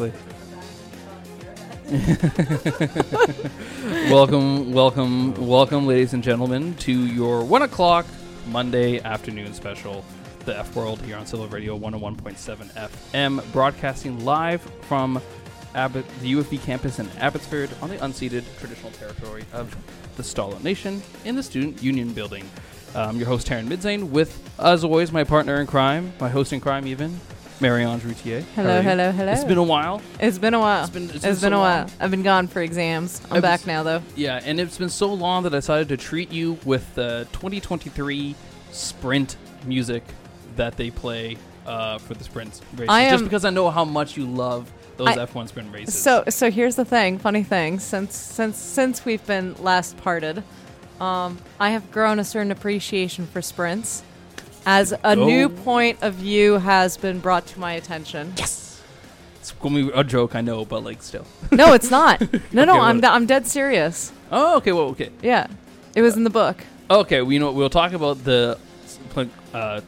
Exactly. welcome, welcome, welcome, ladies and gentlemen, to your one o'clock Monday afternoon special, the F World here on Civil Radio 101.7 FM, broadcasting live from Abbott, the UFB campus in Abbotsford on the unceded traditional territory of the Stalo Nation in the Student Union Building. Um, your host, Taryn Midzane, with, as always, my partner in crime, my host in crime, even, Marie-Ange Routier. How Hello, are you? hello, hello. It's been a while. It's been a while. It's been- it's it's been been, so a while. long. I've been gone for exams. I'm I back was- now though. Yeah, and it's been so long that I decided to treat you with the 2023 sprint music that they play uh, for the sprint races. I Just am- because I know how much you love those I- F1 sprint races. So so here's the thing, funny thing, since since since we've been last parted, um, I have grown a certain appreciation for sprints as a Oh. new point of view has been brought to my attention. yes, it's gonna be a joke, I know, but like still. No, it's not. No, Okay, no, I'm what- de- I'm dead serious. Oh, okay. Well, okay, Yeah. It was in the book. okay. We know we'll talk about the uh,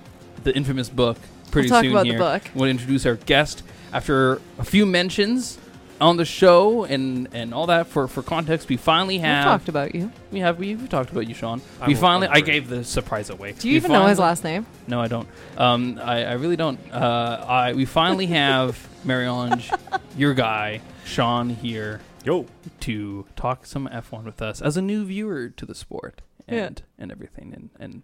the infamous book pretty We'll talk soon about the here. book. We'll introduce our guest after a few mentions on the show and and all that for for context. We finally We have talked about you. We have we, we've talked about you, Sean. I we won't finally I remember. gave the surprise away. Do you We even know his finally- last name? No, I don't. Um, I, I really don't. Uh, I we finally have Marie-Ange, your guy, Sean here Yo. to talk some F1 with us as a new viewer to the sport Yeah. and and everything and and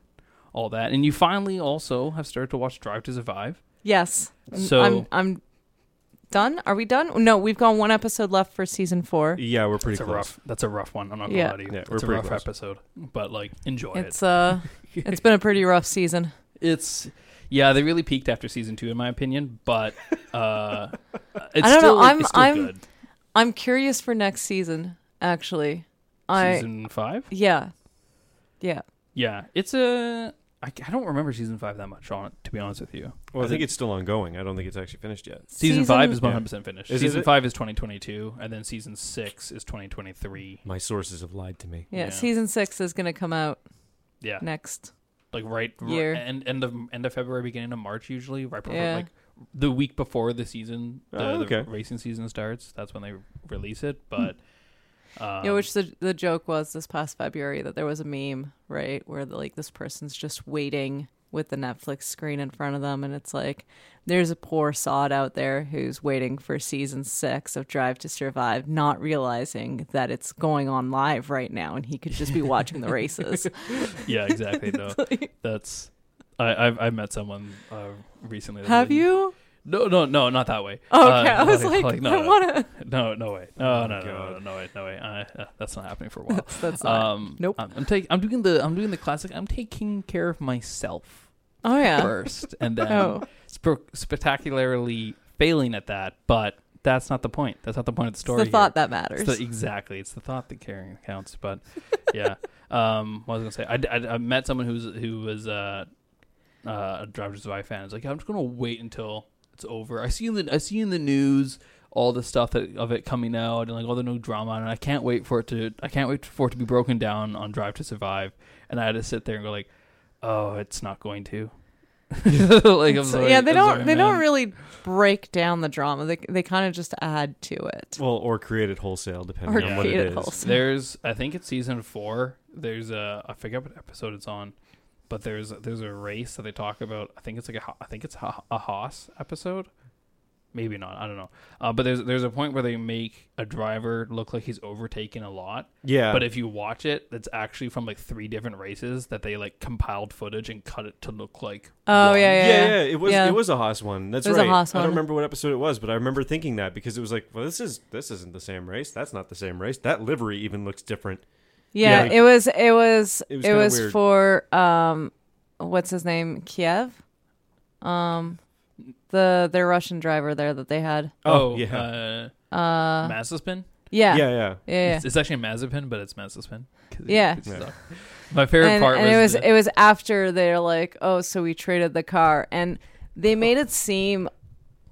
all that. And you finally also have started to watch Drive to Survive. Yes. N- So- I'm I'm done. Are we done? No, we've got one episode left for season four. Yeah, we're pretty That's a close. rough. That's a rough one. I'm not gonna Yeah. lie to you. Yeah, we're it's a pretty rough close. episode, but like enjoy it. It's uh it's been a pretty rough season. it's yeah they really peaked after season two in my opinion but uh it's I don't know, still, I'm- it's still I'm- good I'm curious for next season, actually. I season five yeah. Yeah. yeah it's a I, I don't remember season five that much on it to be honest with you Well, I I think did- it's still ongoing. I don't think it's actually finished yet. season, five is 100% finished Is it- season is it- five is 2022 and then season six is 2023 My sources have lied to me. Yeah, yeah. season six is gonna come out yeah next. like right Year. right, end, end of end of february beginning of march usually right before Yeah. like the week before the season the, Oh, the okay. racing season starts that's when they release it but um, Hmm. yeah, which the the joke was this past February that there was a meme, right, where the, like this person's just waiting with the Netflix screen in front of them and it's like there's a poor sod out there who's waiting for season 6 of Drive to Survive not realizing that it's going on live right now and he could just be watching the races. Yeah, exactly. Though that's I I've, I met someone uh, recently. that Have was- you? Oh, No, no, no, not that way. Okay, Uh, I was no, like, Uh, no, I no, want to no, no way, no, Oh, no, no, no, no, God. no way, no way. Uh, uh, that's not happening for a while. That's not. um, Nope. I'm, I'm taking. I'm doing the. I'm doing the classic. I'm taking care of myself oh yeah. first, and then Oh. sp- spectacularly failing at that. But that's not the point. That's not the point of the story. it's the here. thought that matters. It's the- exactly. It's the thought that carrying counts. But yeah, um, what was I gonna say? I, I, I met someone who's who was uh, uh, a Drive to Survive fan. It's like I'm just gonna wait until it's over. I see in the I see in the news all the stuff that, of it coming out and like all the new drama, and I can't wait for it to I can't wait for it to be broken down on Drive to Survive. And I had to sit there and go like, oh, it's not going to. like I'm So- sorry, yeah, they I'm don't sorry, they don't man. really break down the drama. They they kind of just add to it. Well, or created wholesale, depending Or on what it created is. wholesale. There's, I think it's season four. There's a, I forget what episode it's on, but there's there's a race that they talk about. I think it's like a, ho- I think it's a, a Haas episode, maybe not. I don't know. Uh, but there's there's a point where they make a driver look like he's overtaking a lot, Yeah, but if you watch it, it's actually from like three different races that they like compiled footage and cut it to look like. Oh one. yeah, yeah, yeah, yeah, it was Yeah. it was a Haas one. That's It was a right. Haas I one. don't remember what episode it was, but I remember thinking that because it was like, well, this is this isn't the same race. That's not the same race. That livery even looks different. Yeah, Yeah. It was it was It it was was, kinda weird. for um, what's his name? Kiev, um, the their Russian driver there that they had. Oh, Oh, yeah. yeah. Uh, Uh, Mazepin. yeah, yeah, yeah, yeah. yeah, It's, it's actually Mazepin, but it's Mazepin. 'Cause he- Yeah. he's Yeah. stuck. My favorite and, part and was, it was the- it was after they're like, oh, so we traded the car, and they made it seem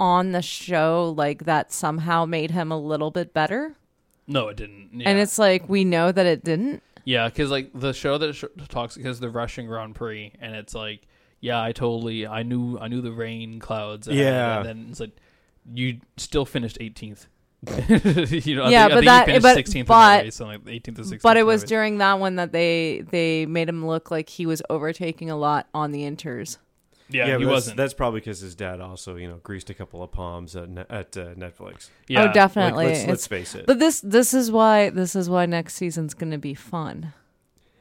on the show like that somehow made him a little bit better, no, it didn't. Yeah. and it's like we know that it didn't. Yeah, because like the show that sh- talks because the Russian Grand Prix, and it's like, yeah, I totally, I knew, I knew the rain clouds. ahead, Yeah. and then it's like, you still finished 18th. you know, Yeah, I think, I but think that- you finished but- 16th in but- that race, and like 18th or 16th. But in it that was race. during that one that they they made him look like he was overtaking a lot on the inters. yeah, but he that's, wasn't. That's probably because his dad also, you know, greased a couple of palms at, Ne- at uh, Netflix. yeah. Oh, definitely. Like, let's, It's- let's face it. but this this is why this is why next season's going to be fun,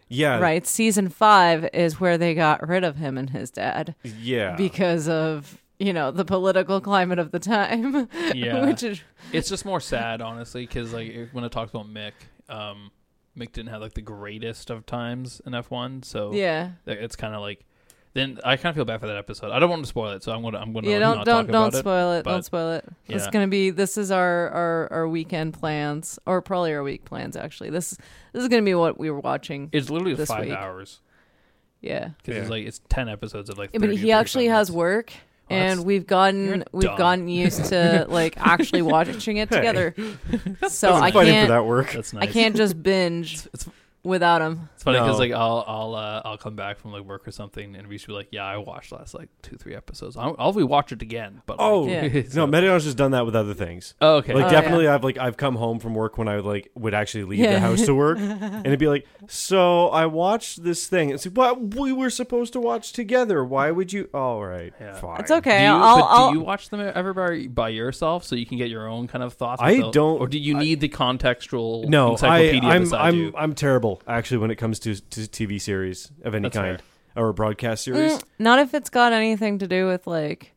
yeah. right? Season 5 is where they got rid of him and his dad Yeah. because of, you know, the political climate of the time. Yeah. Which is it's just more sad, honestly, because like it- when it talks about Mick, um, Mick didn't have like the greatest of times in F1, so yeah. that- it's kind of like. Then I kind of feel bad for that episode. I don't want to spoil it, so I'm gonna I'm gonna Yeah, not don't talk don't don't about it. spoil it. but- don't spoil it. It's yeah. gonna be this is our, our our weekend plans or probably our week plans actually. This this is gonna be what we were watching. It's literally this five week. hours yeah. because Yeah. it's like it's ten episodes of like. 30 Yeah, but or he 35 actually has minutes. work Well, and that's- we've you're gotten we've dumb. gotten used to like actually watching it Hey. together so I'm i fighting for can't that work. That's i nice. can't just binge It's, without him it's funny because No. like I'll I'll uh, I'll come back from like work or something and we should be like, yeah, I watched last like two three episodes. I'll, I'll rewatch it again. But like, Oh, Yeah. so- No, Mediano's just done that with other things. oh, okay. Like Oh, definitely, I've like I've come home from work when I like would actually leave the Yeah. house to work, and it'd be like, so I watched this thing. It's like, what we were supposed to watch together. Why would you? All right, Yeah. fine. it's okay Do you, i'll but i'll do you watch them ever by, by yourself so you can get your own kind of thoughts? I without- don't- Or do you I- need the contextual No, I, encyclopedia I'm beside I'm you? I'm terrible actually when it comes to to TV series of any That's kind or a broadcast series. Mm, not if it's got anything to do with like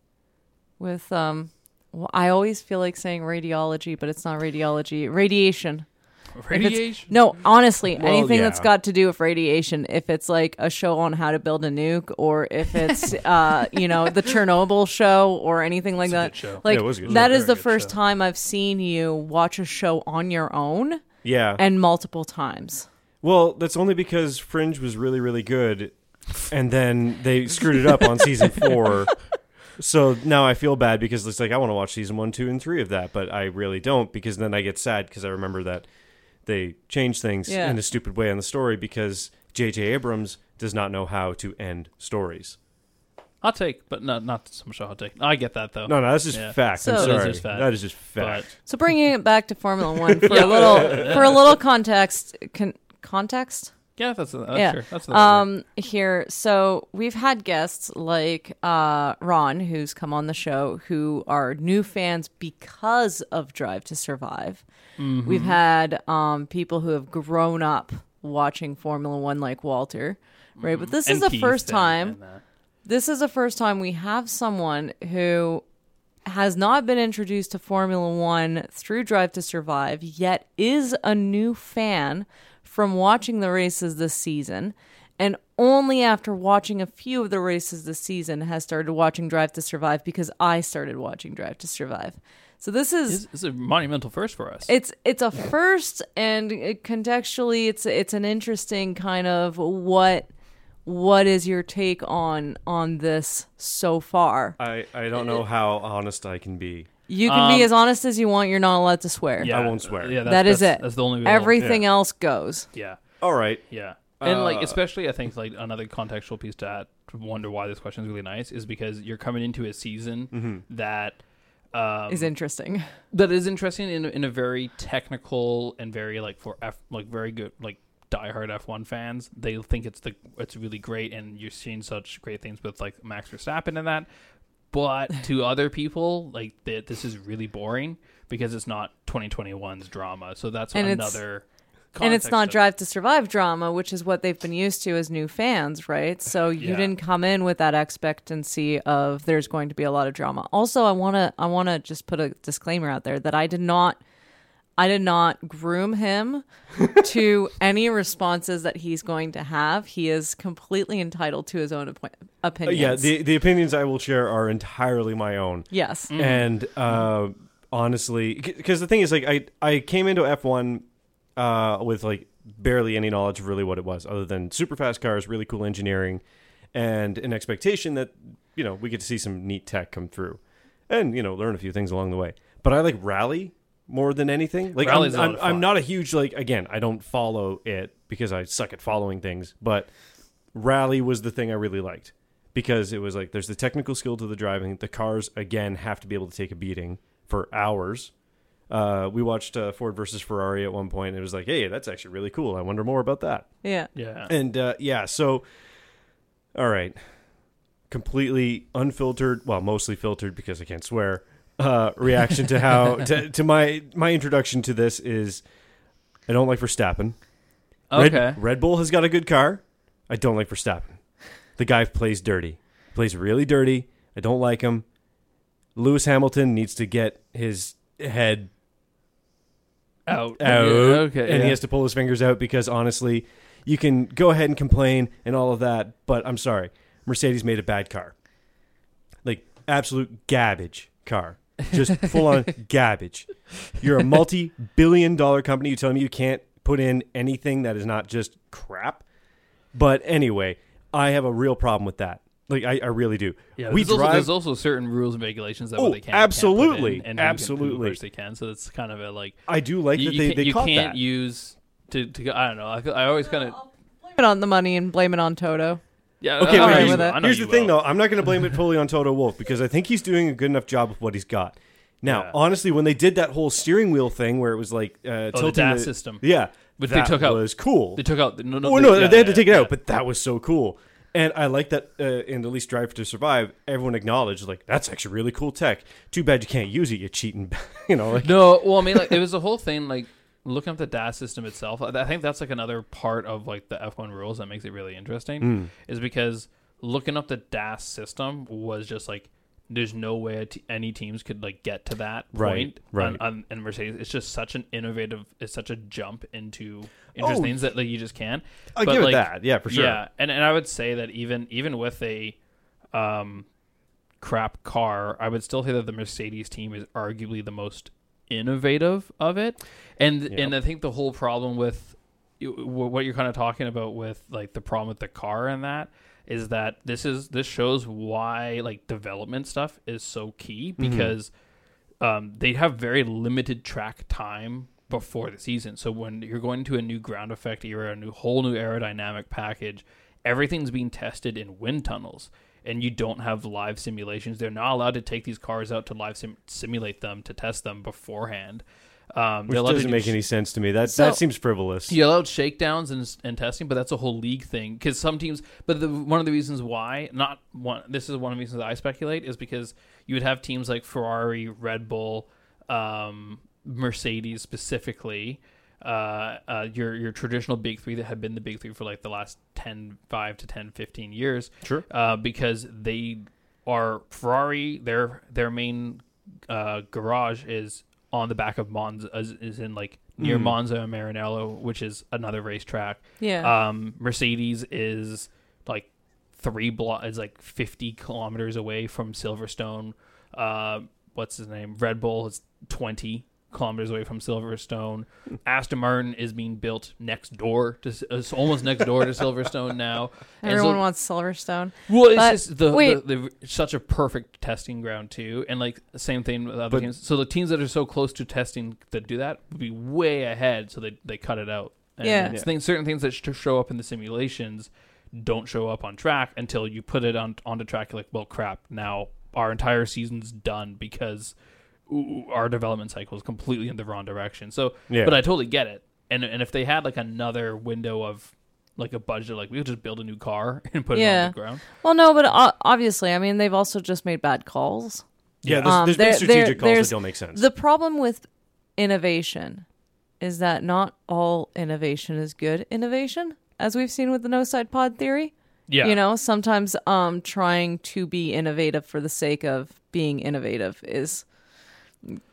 with um well, i always feel like saying radiology but it's not radiology radiation If it's- Radiation. No, honestly, Well, anything yeah. that's got to do with radiation, if it's like a show on how to build a nuke or if it's uh, you know, the Chernobyl show or anything like It's a that. good show. Like Yeah, it was a good that show. is Very the good first show. time I've seen you watch a show on your own Yeah. and multiple times. well, that's only because Fringe was really really good, and then they screwed it up on season four. So now I feel bad because it's like I want to watch season one, two, and three of that, but I really don't because then I get sad because I remember that they changed things Yeah. in a stupid way on the story because J.J. Abrams does not know how to end stories. I'll take, but not not so much. I'll take. I get that though. No, no, that's just Yeah. fact. So- I'm That sorry, is just fact. that is just But- fact. So bringing it back to Formula 1 for a little for a little context con- context yeah, that's uh, that's Yeah. sure. That's the um here so we've had guests like uh ron who's come on the show who are new fans because of drive to survive Mm-hmm. we've had um people who have grown up watching formula one like walter right but this is Mm-hmm. And the Keith first and- time and that. this is the first time we have someone who has not been introduced to Formula One through Drive to Survive, yet is a new fan from watching the races this season. And only after watching a few of the races this season has started watching Drive to Survive because I started watching Drive to Survive. So this is This is a monumental first for us. it's it's a first and it- contextually it's it's an interesting kind of what what is your take on on this so far I, I don't know how honest I can be. you can be as honest as you want you're not allowed to swear yeah, won't swear. Yeah, that's, that is that's- it That's the only rule. everything else goes Yeah. All right. Yeah. And like Uh, especially I think like another contextual piece to add to wonder why this question is really nice is because you're coming into a season Mm-hmm. that um, is interesting that is interesting in in a very technical and very like for F like very good like diehard F1 fans. They think it's the it's really great and you're seeing such great things with like Max Verstappen and that. But to other people, like th- this is really boring because it's not 2021's drama. So that's And it's- another. and it's context not of- drive to survive drama which is what they've been used to as new fans right so you Yeah. didn't come in with that expectancy of there's going to be a lot of drama also i want to i want to just put a disclaimer out there that i did not i did not groom him to any responses that he's going to have he is completely entitled to his own op- Uh, opinions yeah, the the opinions I will share are entirely my own. yes Mm. And uh, honestly, because the thing is, like, I I came into F one uh, with like barely any knowledge of really what it was, other than super fast cars, really cool engineering, and an expectation that you know we get to see some neat tech come through, and you know learn a few things along the way. But I like rally more than anything. Like, I'm, Rally's a lot I'm, of I'm fun. not a huge like. Again, I don't follow it because I suck at following things, but. Rally was the thing I really liked because it was like there's the technical skill to the driving. The cars again have to be able to take a beating, for hours. Uh, we watched uh, Ford versus Ferrari at one point, and it was like, hey, that's actually really cool. I wonder more about that. Yeah. Yeah. And uh, yeah, so all right, completely unfiltered, well, mostly filtered because I can't swear. Uh, reaction to how to, to my my introduction to this is I don't like Verstappen. Red, Okay. Red Bull has got a good car. I don't like Verstappen. The guy plays dirty. Plays really dirty. I don't like him. Lewis Hamilton needs to get his head Out. out. Yeah, Okay. And yeah. he has to pull his fingers out because honestly, you can go ahead and complain and all of that, but I'm sorry. Mercedes made a bad car. Like absolute garbage car. Just full on garbage. You're a multi billion dollar company. You tell me you can't put in anything that is not just crap. But anyway, I have a real problem with that. Like I, I really do. Yeah, we there's, also, drive there's also certain rules and regulations that Oh, what they can and absolutely, can't put in, and who absolutely. can, who they can. So it's kind of a like I do like you, that you they, can't, they you caught can't that. use to, to. I don't know. I, I always kind of Blame it on the money and blame it on Toto. yeah. Okay, I, all well, right here's, with that. I know here's the you thing, will. though. I'm not going to blame it fully on Toto Wolf because I think he's doing a good enough job with what he's got. Now, Yeah. Oh, honestly, when they did that whole steering wheel thing where it was like uh, the tilting DAS system. yeah, But they that took out- was cool. They took out. the- No, no, oh no, yeah, they had to yeah, take it yeah. out, but that was so cool. And I like that uh, in at least Drive to Survive, everyone acknowledged like that's actually really cool tech. Too bad you can't use it. You're cheating, you know. Like, No, well, I mean, like it was the whole thing. Like looking up the DAS system itself, I I think that's like another part of like the F1 rules that makes it really interesting. Hmm. Is because looking up the DAS system was just like there's no way a t- any teams could like get to that Right, point. right. On, on, in Mercedes, it's just such an innovative, it's such a jump into interesting Oh, things that like you just can't. I But, give it like, that. Yeah, for sure. Yeah, and and I would say that even even with a um, crap car, I would still say that the Mercedes team is arguably the most innovative of it. And and I think the whole problem with w- what you're kind of talking about with like the problem with the car and that is that this is this shows why like development stuff is so key Mm-hmm. because um, they have very limited track time before the season. So when you're going to a new ground effect era, a new whole new aerodynamic package, everything's being tested in wind tunnels, and you don't have live simulations. They're not allowed to take these cars out to live sim- simulate them to test them beforehand. Um, which they're allowed to doesn't do make any sense to me. That So- that seems frivolous. you allowed shakedowns and, and testing, but that's a whole league thing because some teams. But the, one of the reasons why not one. This is one of the reasons that I speculate is because you would have teams like Ferrari, Red Bull, um, Mercedes specifically. Uh, uh, your your traditional big three that have been the big three for like the last 10, 5 to 10, 15 years. Sure. Uh, because they are Ferrari. Their their main uh, garage is on the back of Monza, is, is in like near Monza and Maranello, which is another racetrack. Yeah. Um, Mercedes is like three block is like fifty kilometers away from Silverstone. Uh, what's his name? Red Bull is twenty kilometers away from Silverstone. Aston Martin is being built next door to it's almost next door to Silverstone now. And so- Everyone wants Silverstone. well, it's But- just the, wait. the, the such a perfect testing ground too, and like same thing with other But- teams. So the teams that are so close to testing that do that would be way ahead, so they they cut it out. And Yeah. it's Things, certain things that sh- show up in the simulations don't show up on track until you put it on onto track. You're like, well, crap. Now our entire season's done because ooh, our development cycle is completely in the wrong direction. So, Yeah. but I totally get it. And and if they had like another window of like a budget, like we could just build a new car and put it Yeah. on the ground. Well, no, but o- obviously, I mean, they've also just made bad calls. Yeah, there's, Um, there's there- big strategic there- calls there's- that don't make sense. The problem with innovation is that not all innovation is good innovation, as we've seen with the no side pod theory. Yeah. You know, sometimes um trying to be innovative for the sake of being innovative is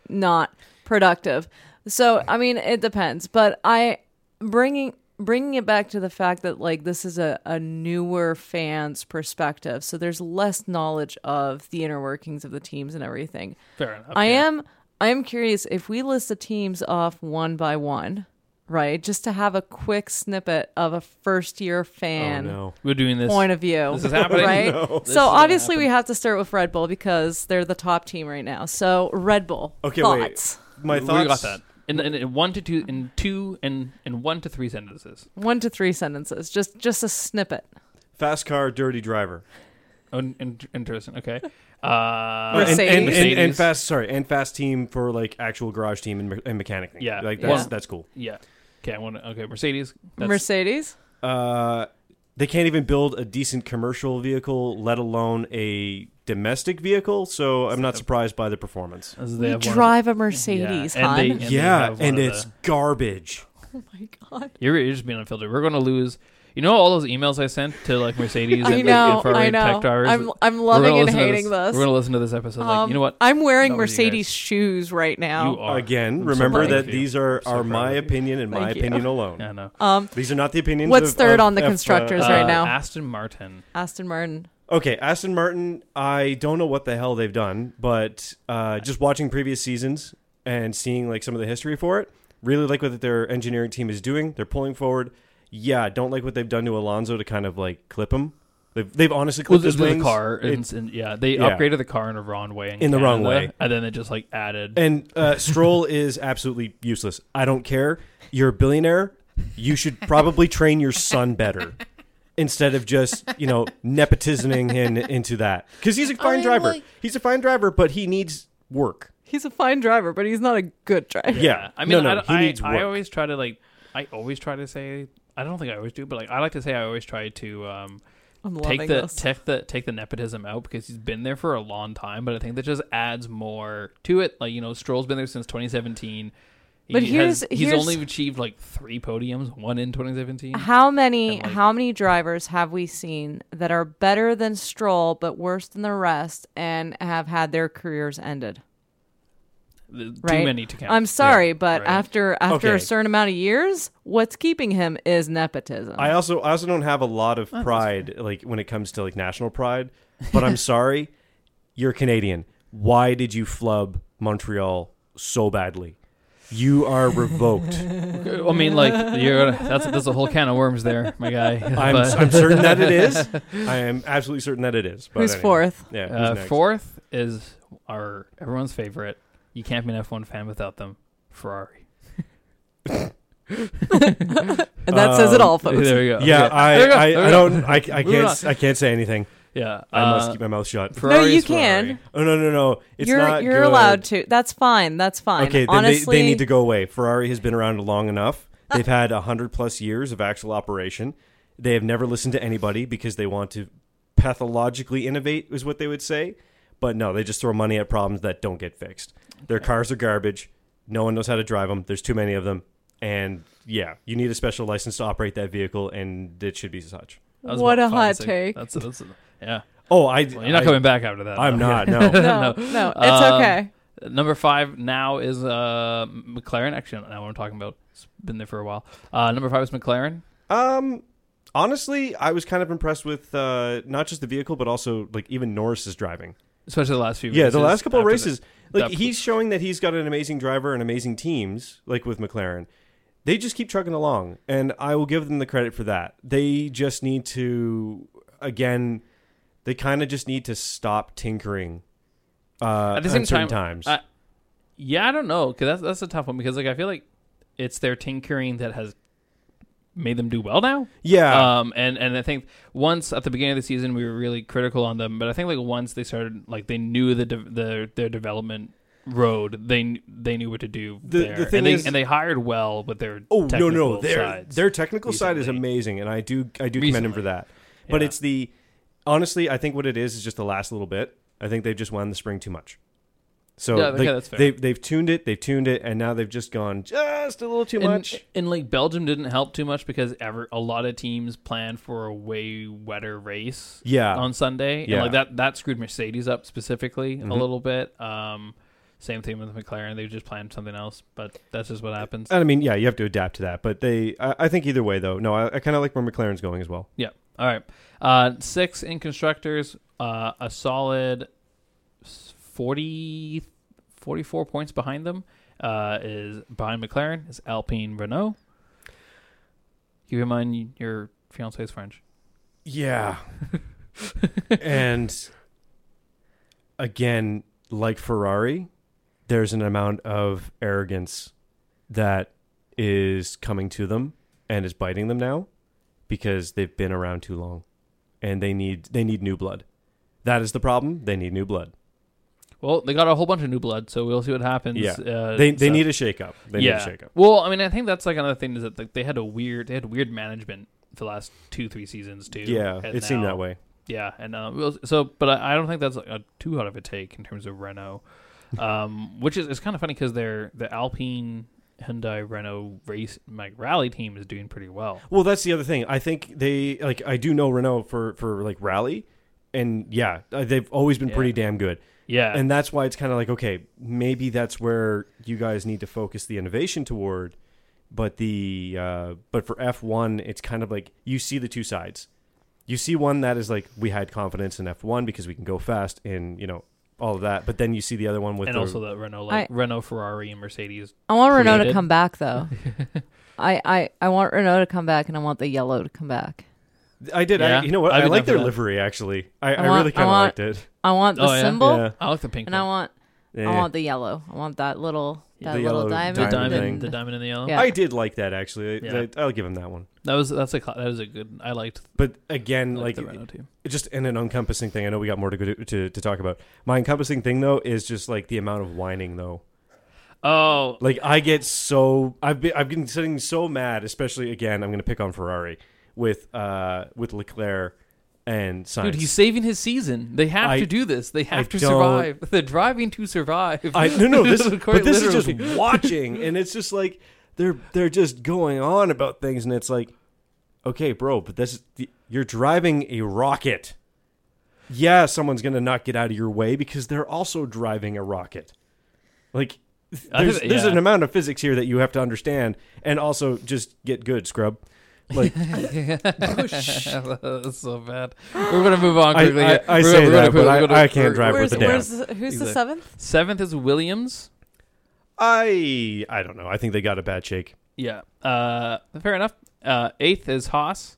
not productive. So, I mean, it depends, but I bringing bringing it back to the fact that like this is a, a newer fan's perspective so there's less knowledge of the inner workings of the teams and everything Fair enough. I yeah. am I am curious if we list the teams off one by one, right? Just to have a quick snippet of a first year oh fan no. We're doing this. point of view. This is happening. Right? This is So gonna obviously we happen. have to start with Red Bull because they're the top team right now. So Red Bull. Okay, thoughts. wait. My We thoughts. got that. In, in, in one to two, in two, and in one to three sentences. One to three sentences. Just just a snippet. Fast car, dirty driver. Oh, in- in- interesting. Okay. Uh, and, and, and, and Mercedes. fast, sorry, and fast team for like actual garage team and, me- and mechanic thing. Yeah. like Yeah. that's Well- that's cool. yeah. Okay. I want. to Okay. Mercedes. That's, Mercedes? Uh, they can't even build a decent commercial vehicle, let alone a domestic vehicle. So I'm not surprised by the performance. as they We have one of- drive a Mercedes, and hon. they- they yeah, have one and of it's the- garbage. oh my god. you're, you're just being unfiltered. We're going to lose. You know all those emails I sent to like Mercedes I and know, like, I infrared know. tech drivers. I'm, I'm We're gonna loving and listen to hating this. We're going to listen to this episode. like, Um, you know what? I'm wearing Not with you guys. Mercedes shoes right you now. are Again, Oh, I'm so remember proud that of you. these are, so are proud my of you. opinion and my Thank you. opinion alone. I know. Um, These are not the opinions. What's of- third of on the F, uh, constructors uh, right now? Aston Martin. Aston Martin. Okay, Aston Martin. I don't know what the hell they've done, but uh, just watching previous seasons and seeing like some of the history for it, really like what their engineering team is doing. They're pulling forward. Yeah, don't like what they've done to Alonso to kind of like clip him. They've they've honestly Well, clipped the, his the wings. car. It's- And, and, yeah, they Yeah. upgraded the car in a wrong way. In, In the wrong Canada, way. And then they just like added. and uh, Stroll is absolutely useless. I don't care. You're a billionaire. You should probably train your son better instead of just you know nepotisming him into that because he's a fine mean, driver. like- he's a fine driver, but he needs work. He's a fine driver, but he's not a good driver. Yeah. I mean, No, no, I, don't- he I, needs I work. always try to like. I always try to say. I don't think I always do, but like I like to say I always try to um, I'm loving take the this. take the take the nepotism out because he's been there for a long time. But I think that just adds more to it. Like you know, Stroll's been there since 2017. But he here's- has, he's here's- only achieved like three podiums, one in 2017. Mm-hmm. how many and, like- how many drivers have we seen that are better than Stroll but worse than the rest and have had their careers ended? Too Right? many to count. I'm sorry, but right. after after Okay. a certain amount of years, what's keeping him is nepotism. I also I also don't have a lot Oh, of pride like when it comes to like national pride, but I'm sorry, you're Canadian. Why did you flub Montreal so badly? You are revoked. I mean, like you're gonna, that's that's a whole can of worms there, my guy. I'm, But, I'm certain that it is. I am absolutely certain that it is. But Who's anyway. fourth? Yeah, who's uh, next? fourth is our everyone's favorite. You can't be an F1 fan without them. Ferrari. and that says it all, um, There folks. we go. Yeah, Okay. I, There we go, there I, we I go. don't. I, I Moving can't. I can't say anything. Yeah, I must uh, keep my mouth shut. Ferrari No, you is Ferrari. can. Oh no, no, no! It's you're not. you're good. allowed to. That's fine. That's fine. Okay, then they, Honestly, they need to go away. Ferrari has been around long enough. They've had 100 plus years of actual operation. They have never listened to anybody because they want to pathologically innovate, is what they would say. But no, they just throw money at problems that don't get fixed. Their cars are garbage. No one knows how to drive them. There's too many of them. And yeah, you need a special license to operate that vehicle, and it should be such. That was What about five a and hot six. take. That's, that's yeah. Oh, I. Well, you're not I- coming back after that. I'm though. not. No. no, no, it's Um, okay. Number five now is uh, McLaren. Actually, I don't know what I'm talking about. It's been there for a while. Uh, number five is McLaren. Um, honestly, I was kind of impressed with uh, not just the vehicle, but also like even Norris's driving. Especially the last few. Yeah, the races last couple of after races, like that- he's showing that he's got an amazing driver and amazing teams, like with McLaren. They just keep trucking along, and I will give them the credit for that. They just need to, again, they kind of just need to stop tinkering. Uh, At the same on certain time, times, I- Yeah, I don't know because that's that's a tough one because like I feel like it's their tinkering that has made them do well now. yeah, Um, and and I think once at the beginning of the season we were really critical on them, but I think like once they started like they knew the de- the their development road, they kn- they knew what to do. The- there. the thing and they, is- and they hired well, but their Oh no, technical no, their sides. their technical side is recently. amazing, and I do I do commend him Recently. for that. But Yeah. it's the honestly, I think what it is is just the last little bit. I think they've just wound the spring too much. So Yeah, okay, like, that's fair. they've they've tuned it, they've tuned it, and now they've just gone just a little too and, much. and like Belgium didn't help too much because ever a lot of teams planned for a way wetter race Yeah. on Sunday. And Yeah. Mm-hmm. like that that screwed Mercedes up specifically a little bit. Um same thing with McLaren. They just planned something else, but that's just what happens. And I mean, yeah, you have to adapt to that. But they, I, I think either way though. No, I, I kind of like where McLaren's going as well. Yeah. All right. Uh, six in constructors, uh, a solid s- 40, 44 points behind them uh, is behind McLaren is Alpine Renault. Keep in mind your fiance is French. Yeah, and again, like Ferrari, there's an amount of arrogance that is coming to them and is biting them now because they've been around too long and they need they need new blood. That is the problem. They need new blood. Well, they got a whole bunch of new blood, so we'll see what happens. Yeah. uh, They they so- need a shakeup. They need a shakeup. Well, I mean, I think that's like another thing is that like they had a weird they had weird management for the last two three seasons too. Yeah, And it seemed now- that way. Yeah, and uh, well, so but I, I don't think that's like, a too hot of a take in terms of Renault, um, which is it's kind of funny because they're the Alpine Hyundai Renault race like rally team is doing pretty well. Well, that's the other thing. I think they like I do know Renault for for like rally, and yeah, uh, they've always been pretty damn good. Yeah, And that's why it's kind of like okay, maybe that's where you guys need to focus the innovation toward. But the uh, but for F one, it's kind of like you see the two sides. You see one that is like we had confidence in F one because we can go fast and you know all of that. But then you see the other one with and the, also the Renault like I- Renault Ferrari and Mercedes. I want Renault to Created. come back though. I, I I want Renault to come back, and I want the yellow to come back. I did. Yeah, I, you know what? I've I been like there their for that. livery actually. I, I, want- really I kind of want- liked it. I want the Oh, yeah? symbol, Yeah. I like the pink and I one. want I Yeah. want the yellow. I want that little that The little yellow diamond. the diamond diamond, thing. the diamond and the yellow. Yeah. I did like that actually. I- Yeah. I- I'll give him that one. That was that's a cla- that was a good. I liked But again, like like, the Renault team. just in an encompassing thing. I know we got more to, go to to to talk about. My encompassing thing though is just like the amount of whining though. Oh, Like I get so I've been I've been sitting so mad, especially again. I'm going to pick on Ferrari with uh with Leclerc and Sainz. Dude, he's saving his season. They have I- to do this. They have to don't- survive. They're driving to survive. I no no this but Quite this is literally. just watching and it's just like they're they're just going on about things and it's like okay bro but this is you're driving a rocket yeah someone's gonna not get out of your way because they're also driving a rocket like I there's, think- there's yeah. an amount of physics here that you have to understand and also just get good scrub like That's so bad. We're gonna move on oh, I- quickly. I- yeah. I We're say gonna- we're gonna that, put- but we're I- gonna- I can't we're- drive we're- with Where's, the down. where's who's the Exactly. seventh? Seventh is Williams. i i don't know i think they got a bad shake Yeah. Uh, fair enough. Uh, eighth is Haas.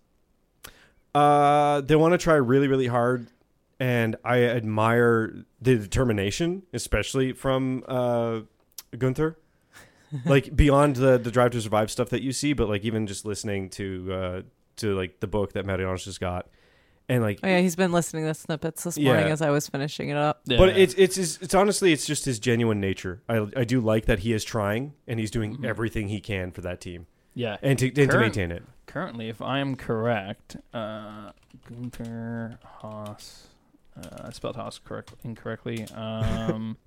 Uh, they want to try really, really hard, and I admire the determination, especially from uh, Gunther. like beyond the the drive to survive stuff that you see, but like even just listening to uh, to like the book that Marianne just got, and like, Oh yeah, he's been listening to snippets this Yeah. morning as I was finishing it up. Yeah. but it's it's it's it's honestly it's just his genuine nature. I I do like that he is trying and he's doing Mm-hmm. everything he can for that team yeah. and to and to Current- maintain it. Currently, if I am correct, uh, Gunther Haas. Uh, I spelled Haas correct incorrectly. Um,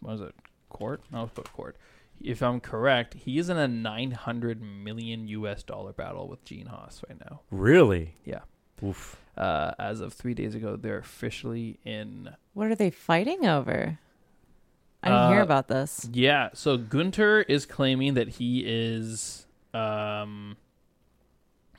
what was it? Court? No, I put Court. If I'm correct, he is in a 900 million US dollar battle with Gene Haas right now. Really, Yeah. Oof. Uh, as of three days ago, they're officially in. What are they fighting over? I didn't hear Uh, about this. Yeah. So Gunter is claiming that he is um,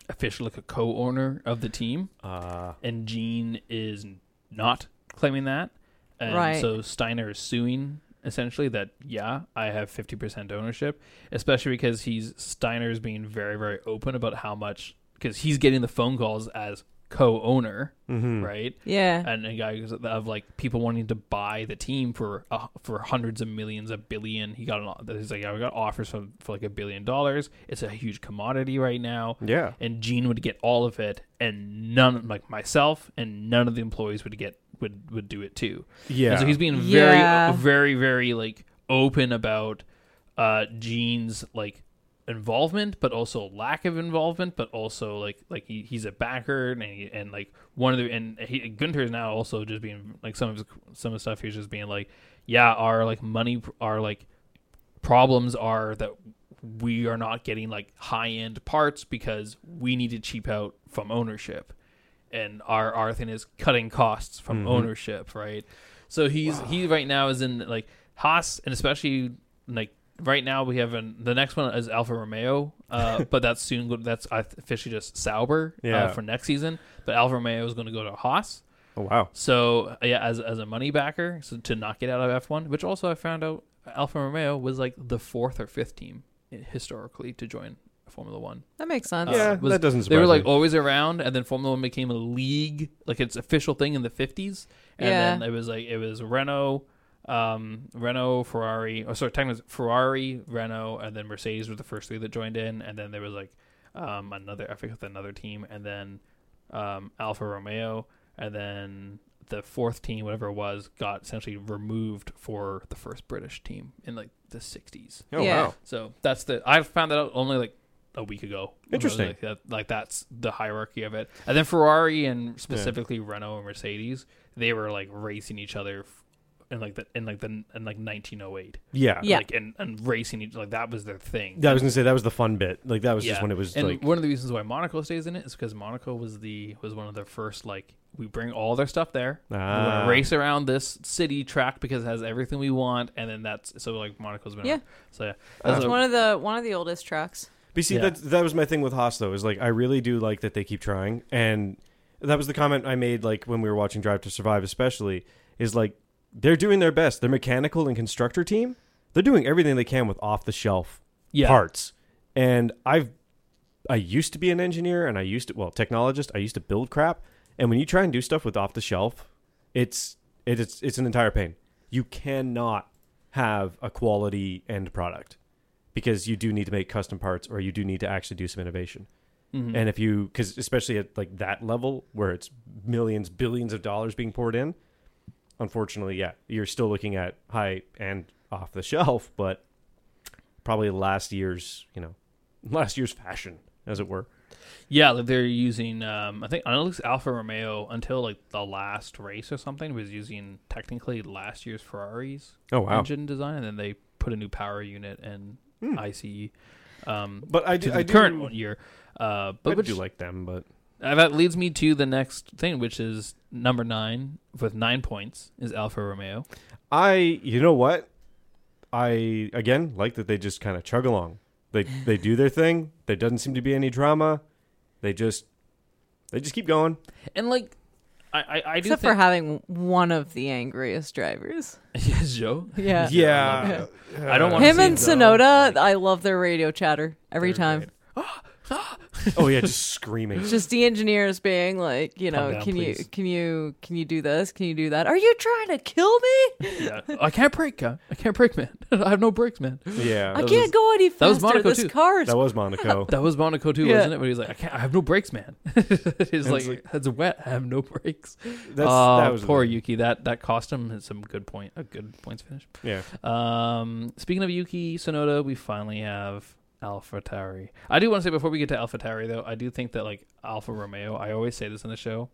officially like a co-owner of the team. Uh, and Gene is not claiming that. And Right. so Steiner is suing essentially that yeah, I have 50% ownership, especially because he's Steiner is being very very open about how much cuz he's getting the phone calls as co-owner, mhm. right? Yeah. And a guy goes of like people wanting to buy the team for uh, for hundreds of millions, a billion. He got an, o- he's like, I got offers for, for like a billion dollars. It's a huge commodity right now Yeah. and Gene would get all of it, and none like myself and none of the employees would get would would do it too. Yeah. And so he's being Yeah. very, very, very like open about uh Gene's like involvement, but also lack of involvement, but also like like he, he's a backer and he, and like one of the and he, Gunter is now also just being like some of his, some of the stuff he's just being like yeah our like money our like problems are that we are not getting like high end parts because we need to cheap out from ownership and our our thing is cutting costs from ownership right so he's he right now is in like Haas and especially like right now we have an the next one is Alfa Romeo uh but that's soon go, that's I th- officially just Sauber Yeah. uh, for next season but Alfa Romeo is going to go to Haas oh wow. so yeah, as as a money backer, so to not get out of F one, which also I found out Alfa Romeo was like the fourth or fifth team eh, historically to join Formula One. That makes sense. Uh, Yeah, was- that doesn't They were surprise like me. always around, and then Formula One became a league, like its official thing in the fifties, and Yeah. then it was like it was Renault. Um, Renault, Ferrari, or sorry, technically it was Ferrari, Renault, and then Mercedes were the first three that joined in, and then there was like um, another, I forget the another team, and then um, Alfa Romeo, and then the fourth team, whatever it was, got essentially removed for the first British team in like the '60s. Oh Yeah. wow. So that's the I found that out only like a week ago. Interesting. Like, that, like that's the hierarchy of it. And then Ferrari and specifically Renault and Mercedes, they were like racing each other f- in like the in like the in like 1908. Yeah. Yeah. Like and and racing each like that was their thing. Yeah, I was gonna say that was the fun bit. Like that was just when it was and like one of the reasons why Monaco stays in it is because Monaco was the was one of the first like we bring all their stuff there. We're Ah. gonna race around this city track because it has everything we want, and then that's so like Monaco's been Yeah. around. so yeah. It's So- one of the one of the oldest tracks. But see, Yeah. that that was my thing with Haas though. Is like I really do like that they keep trying, and that was the comment I made like when we were watching Drive to Survive, especially is like they're doing their best. Their mechanical and constructor team, they're doing everything they can with off the shelf yeah. parts. And I've I used to be an engineer, and I used to well technologist. I used to build crap, and when you try and do stuff with off the shelf, it's it, it's it's an entire pain. You cannot have a quality end product because you do need to make custom parts or you do need to actually do some innovation. Mhm. And if you, because especially at like that level where it's millions, billions of dollars being poured in, unfortunately, yeah, you're still looking at high and off the shelf, but probably last year's, you know, last year's fashion, as it were. Yeah, like they're using. Um, I think I looks Alfa Romeo until like the last race or something was using technically last year's Ferrari's Oh engine design, and then they put a new power unit and ICE um, But Hmm. I to do, the I current do, one year. Uh, I but which, do like them, but uh, that leads me to the next thing, which is number nine with nine points is Alfa Romeo. I, you know what, I again like that they just kind of chug along. They they do their thing. There doesn't seem to be any drama. They just they just keep going. And like, I I, I do Except for think having one of the angriest drivers. yes, Joe. Yeah. Yeah. I don't want Him and see them, Sonoda, like, I love their radio chatter every they're time. great. oh yeah, just screaming. Just the engineers being like, you Calm know, down, can you please. can you can you do this? Can you do that? Are you trying to kill me? Yeah. I can't break. uh, I can't break, man. I have no brakes, man. Yeah, I was- can't go any faster. that was Monaco this too. car is that was Monaco. That was Monaco too, Yeah. wasn't it? Where he's like, I can't. I have no brakes, man. he's And like, it's like- that's wet. I have no brakes. That's, Oh, that was poor Yuki. That that cost him some good point. A good points finish. Yeah, Um, speaking of Yuki Sonoda, we finally have Alpha Tauri. I do want to say before we get to Alpha Tauri though, I do think that like Alpha Romeo. I always say this in the show.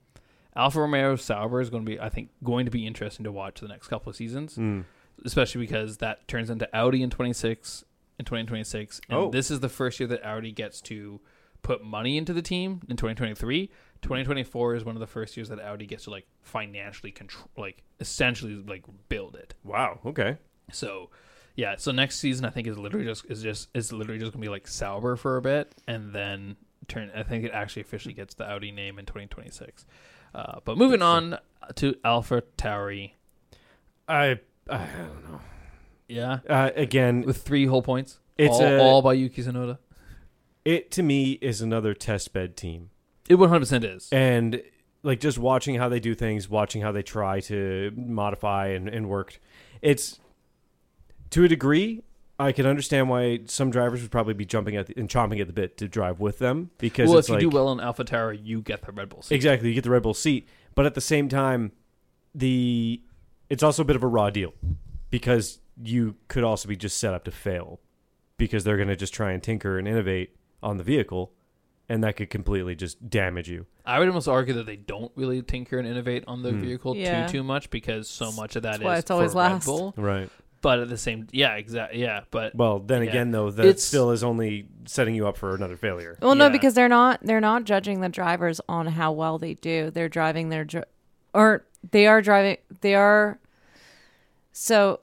Alpha Romeo Sauber is going to be, I think, going to be interesting to watch the next couple of seasons, Mm. especially because that turns into Audi in twenty six in twenty twenty six, and Oh. this is the first year that Audi gets to put money into the team in 2023 2024 is one of the first years that audi gets to like financially control like essentially like build it wow. Okay, so yeah, so next season I think is literally just is just is literally just gonna be like Sauber for a bit, and then turn. I think it actually officially gets the Audi name in 2026. Uh, but moving on to Alpha Tauri, I I don't know. yeah, Uh, again, with three whole points, It's all, a- all by Yuki Tsunoda. it to me is another test bed team, It 100 percent is. and like just watching how they do things, watching how they try to modify and and work. It's to a degree. I can understand why some drivers would probably be jumping at the, and chomping at the bit to drive with them because Well, it's if you do like- well on Alpha Tauri, you get the Red Bull. seat. Exactly, you get the Red Bull seat, but at the same time, the it's also a bit of a raw deal because you could also be just set up to fail because they're going to just try and tinker and innovate on the vehicle, and that could completely just damage you. I would almost argue that they don't really tinker and innovate on the vehicle Yeah. too too much because so much of that is why it's always for Red last. Bull. Right. But at the same, yeah, exactly, yeah, but Well, then Yeah. again, though, that It's- still is only setting you up for another failure. Well, Yeah. no, because they're not they're not judging the drivers on how well they do. They're driving their dri- or they are driving they are so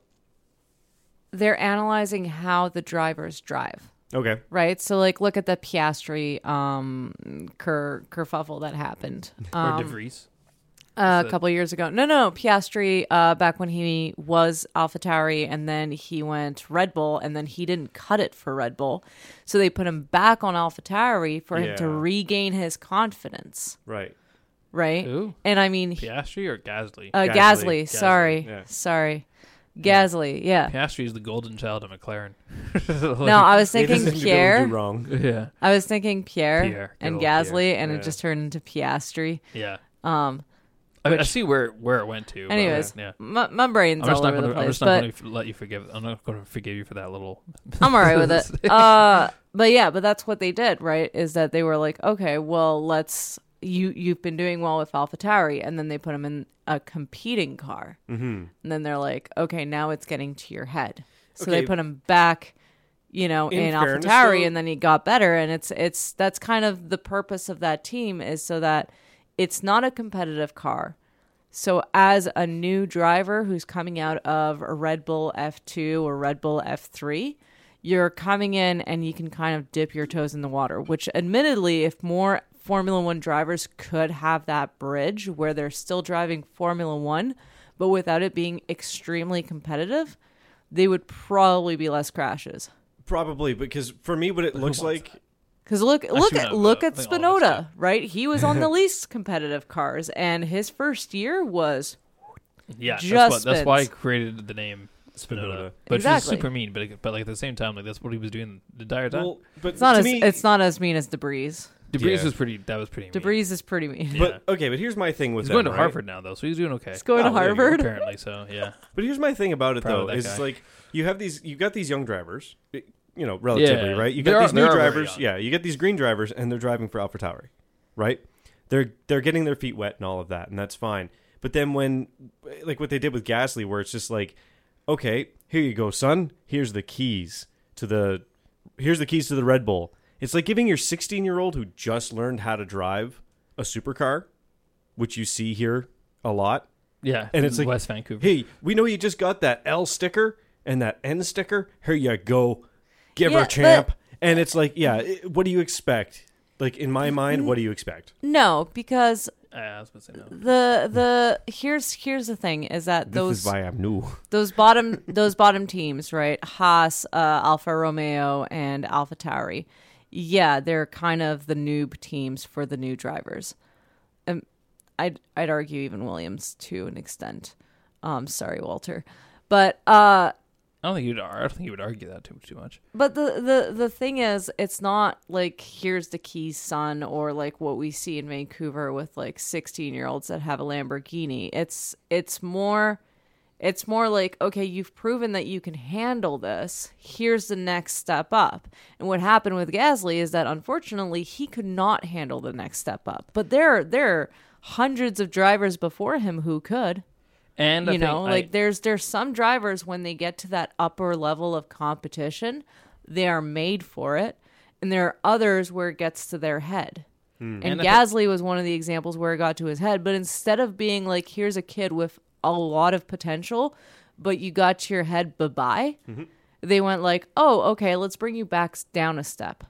they're analyzing how the drivers drive, Okay. right? So like look at the Piastri um cur kerfuffle that happened or um, De Vries. a it- couple years ago. No, no, Piastri uh back when he was AlphaTauri and then he went Red Bull and then he didn't cut it for Red Bull. So they put him back on AlphaTauri for him to Yeah. regain his confidence. Right. right? Who? And I mean, he- Piastri or Gasly? uh, Gasly. Gasly, Gasly, Sorry, yeah. sorry, Gasly. Yeah. Piastri is the golden child of McLaren. No, I was He thinking doesn't seem to be able to do Pierre. wrong. yeah, I was thinking Pierre, Pierre, good and old Gasly, Pierre, and yeah. it just turned into Piastri. yeah. Um, I, I Which- see where where it went to. but- Anyways. yeah. My, my brain's I'm just, all not over gonna, the place, I'm just but not going to let you forgive. I'm not going to forgive you for that little. I'm all right with it. Uh, but yeah, but that's what they did, right? Is that they were like, okay, well, let's you you've been doing well with AlphaTauri, and then they put him in a competing car, mm-hmm. and then they're like, okay, now it's getting to your head, so Okay. they put him back, you know, In in, fairness, AlphaTauri, though- and then he got better, and it's it's that's kind of the purpose of that team is so that it's not a competitive car. So, as a new driver who's coming out of a Red Bull F2 or Red Bull F3, you're coming in and you can kind of dip your toes in the water, which, admittedly, if more Formula One drivers could have that bridge where they're still driving Formula One, but without it being extremely competitive, they would probably be less crashes. Probably because for me, what it looks like, Because look, look should at know, look but at I think all of us Spinoda, right? He was on the least competitive cars, and his first year was Yeah, that's, what, Just that's why I Spins. created the name Spinoda. Spinoda. But she's Exactly. super mean. But but like at the same time, like that's what he was doing the entire time. well, but it's not to as me, it's not as mean as Debris. Debris yeah. was pretty. That was pretty. mean. Debris is pretty mean. But okay, but here's my thing with He's them, going to right? Harvard now though, so he's doing okay. It's going to Oh, there you go. Harvard. apparently. So yeah, But here's my thing about it Proud of though that is guy. like you have these you got these young drivers, you know, relatively Yeah. right. You They got are- these they new are very drivers, young. yeah. You get these green drivers, and they're driving for AlphaTauri, right? They're they're getting their feet wet and all of that, and that's fine. But then when like what they did with Gasly, where it's just like, okay, here you go, son. Here's the keys to the here's the keys to the Red Bull. It's like giving your 16 year old who just learned how to drive a supercar, which you see here a lot yeah. and it's in like West Vancouver. Hey, we know you just got that L sticker and that N sticker. Here you go, give Yeah, her but- champ. and it's like, yeah, it- what do you expect? Like in my mind, what do you expect? No, because Yeah, I was gonna say no. the the here's here's the thing is that those I'm new. those bottom those bottom teams, right? Haas, uh, Alfa Romeo, and AlphaTauri. Yeah, they're kind of the noob teams for the new drivers. Um, I'd I'd argue even Williams to an extent. Um, sorry, Walter, but uh, I don't think you'd. ar- I don't think you would argue that too too much. But the, the the thing is, it's not like here's the keys, son, or like what we see in Vancouver with like sixteen year olds that have a Lamborghini. It's it's more it's more like, okay, you've proven that you can handle this. Here's the next step up. And what happened with Gasly is that unfortunately he could not handle the next step up. But there there are hundreds of drivers before him who could And I you think know I- like there's there's some drivers when they get to that upper level of competition they are made for it and there are others where it gets to their head and, Hmm. And I gasly was one of the examples where it got to his head but instead of being like here's a kid with a lot of potential but you got to your head bye-bye Mm-hmm. they went like oh okay let's bring you back down a step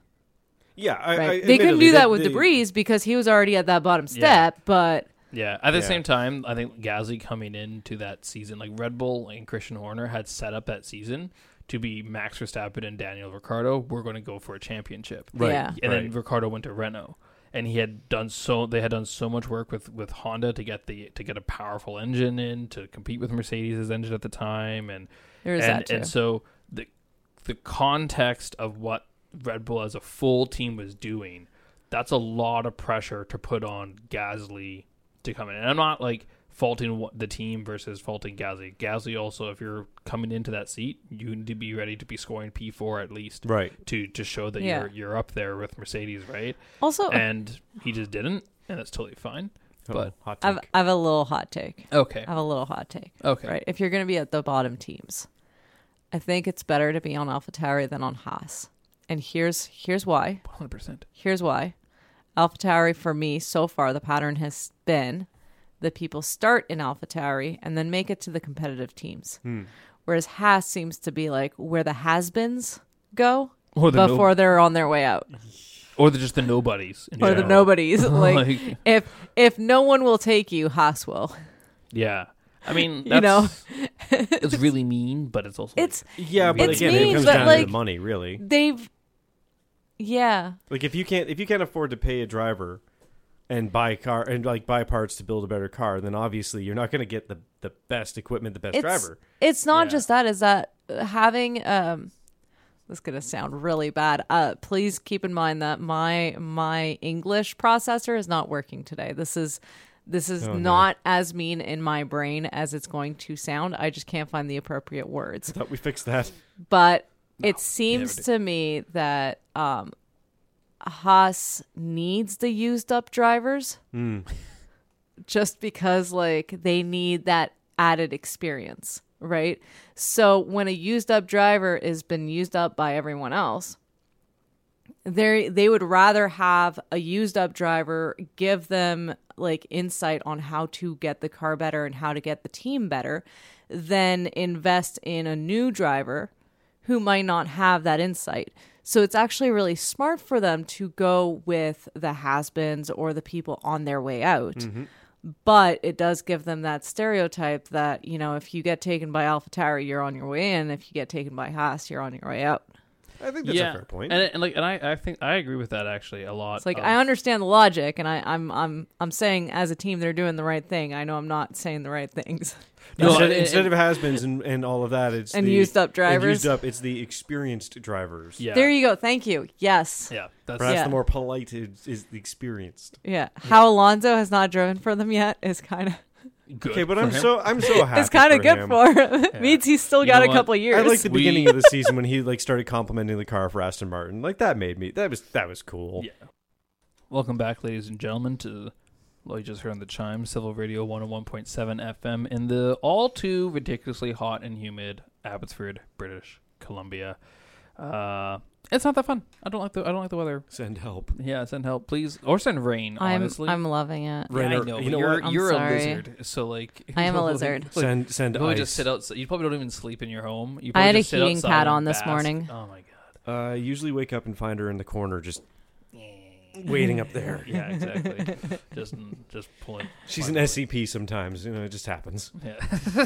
Yeah, I, right I- they couldn't admittedly, do that with they- debris because he was already at that bottom Yeah. step but Yeah. At the Yeah. same time, I think Gasly coming into that season, like Red Bull and Christian Horner had set up that season to be Max Verstappen and Daniel Ricciardo. We're going to go for a championship. Right. Yeah. And then right. Ricardo went to Renault. And he had done so. They had done so much work with, with Honda to get the to get a powerful engine in to compete with Mercedes' engine at the time, and there was and, that too and so the the context of what Red Bull as a full team was doing, that's a lot of pressure to put on Gasly to come in. And I'm not like faulting what- the team versus faulting Gasly. Gasly also, if you're coming into that seat, you need to be ready to be scoring P4 at least Right. to to show that Yeah. Oh. you're you're up there with Mercedes, right? also And he just didn't, and that's totally fine. But Oh, hot I've, take. I've a little hot take okay, I have a little hot take. okay, Uh, Right. If you're going to be at the bottom teams, I think it's better to be on AlphaTauri than on Haas. And here's here's why. 100. percent Here's why. AlphaTauri for me so far the pattern has been that people start in AlphaTauri and then make it to the competitive teams. Hmm. Whereas Haas seems to be like where the has-beens go Or the no- before they're on their way out Or the, just the nobodies, in or the general. nobodies like, Like- if if no one will take you Haas will Yeah. I mean, You know? that's, it's really mean, but it's also like- it's yeah, but It's again, mean, it comes but, down to like- the money, really. they've yeah Like if you can't if you can't afford to pay a driver and buy car and like buy parts to build a better car, then obviously you're not going to get the the best equipment, the best driver. It's not Yeah. just that. Is that having um, this is gonna sound really bad. Uh, please keep in mind that my my English processor is not working today. This is This is Oh, no. not as mean in my brain as it's going to sound. I just can't find the appropriate words. Thought we fixed that. But No, it seems never to me that um, Haas needs the used up drivers Hmm. just because, like, they need that added experience, right? So when a used up driver has been used up by everyone else, they they would rather have a used up driver give them like insight on how to get the car better and how to get the team better than invest in a new driver who might not have that insight. So it's actually really smart for them to go with the has-beens or the people on their way out. Mm-hmm. But it does give them that stereotype that, you know, if you get taken by AlphaTauri, you're on your way in. If you get taken by Haas, you're on your way out. I think that's a fair point. And, and like, and I, I think I agree with that actually a lot. It's like of- I understand the logic, and I, I'm I'm I'm saying as a team they're doing the right thing. I know I'm not saying the right things. No, instead, and- instead and- of has-beens and, and all of that, it's And the- used up and drivers. used up, it's the experienced drivers. yeah, There you go. Thank you. Yes. yeah, that's Perhaps Yeah. the more polite is, is the experienced. Yeah. How Alonso has not driven for them yet is kind of good. Okay, but for I'm him. so I'm so happy. is kind of for good him. for him. It Means he's still You got know a what? couple years. I like the We- beginning of the season when he like started complimenting the car for Aston Martin. Like that made me that was that was cool. Yeah. Welcome back, ladies and gentlemen, to well, you just heard on the chime, Civil Radio 101.7 FM in the all too ridiculously hot and humid Abbotsford, British Columbia. Uh, it's not that fun. I don't like the I don't like the weather. Send help. Yeah, send help, please, or send rain. I'm honestly, I'm loving it. yeah, Rain I or- know. but you know you're what? I'm you're a sorry. lizard, so like I am a like- lizard. Like, Send send you probably ice. just sit outside. You probably don't even sleep in your home. You I had probably a just sit heating outside pad and on this bask. morning. Oh my god. Uh, I usually wake up and find her in the corner, just waiting up there. Yeah, exactly. just just pulling. She's an pulling- SCP sometimes. You know, it just happens. Yeah.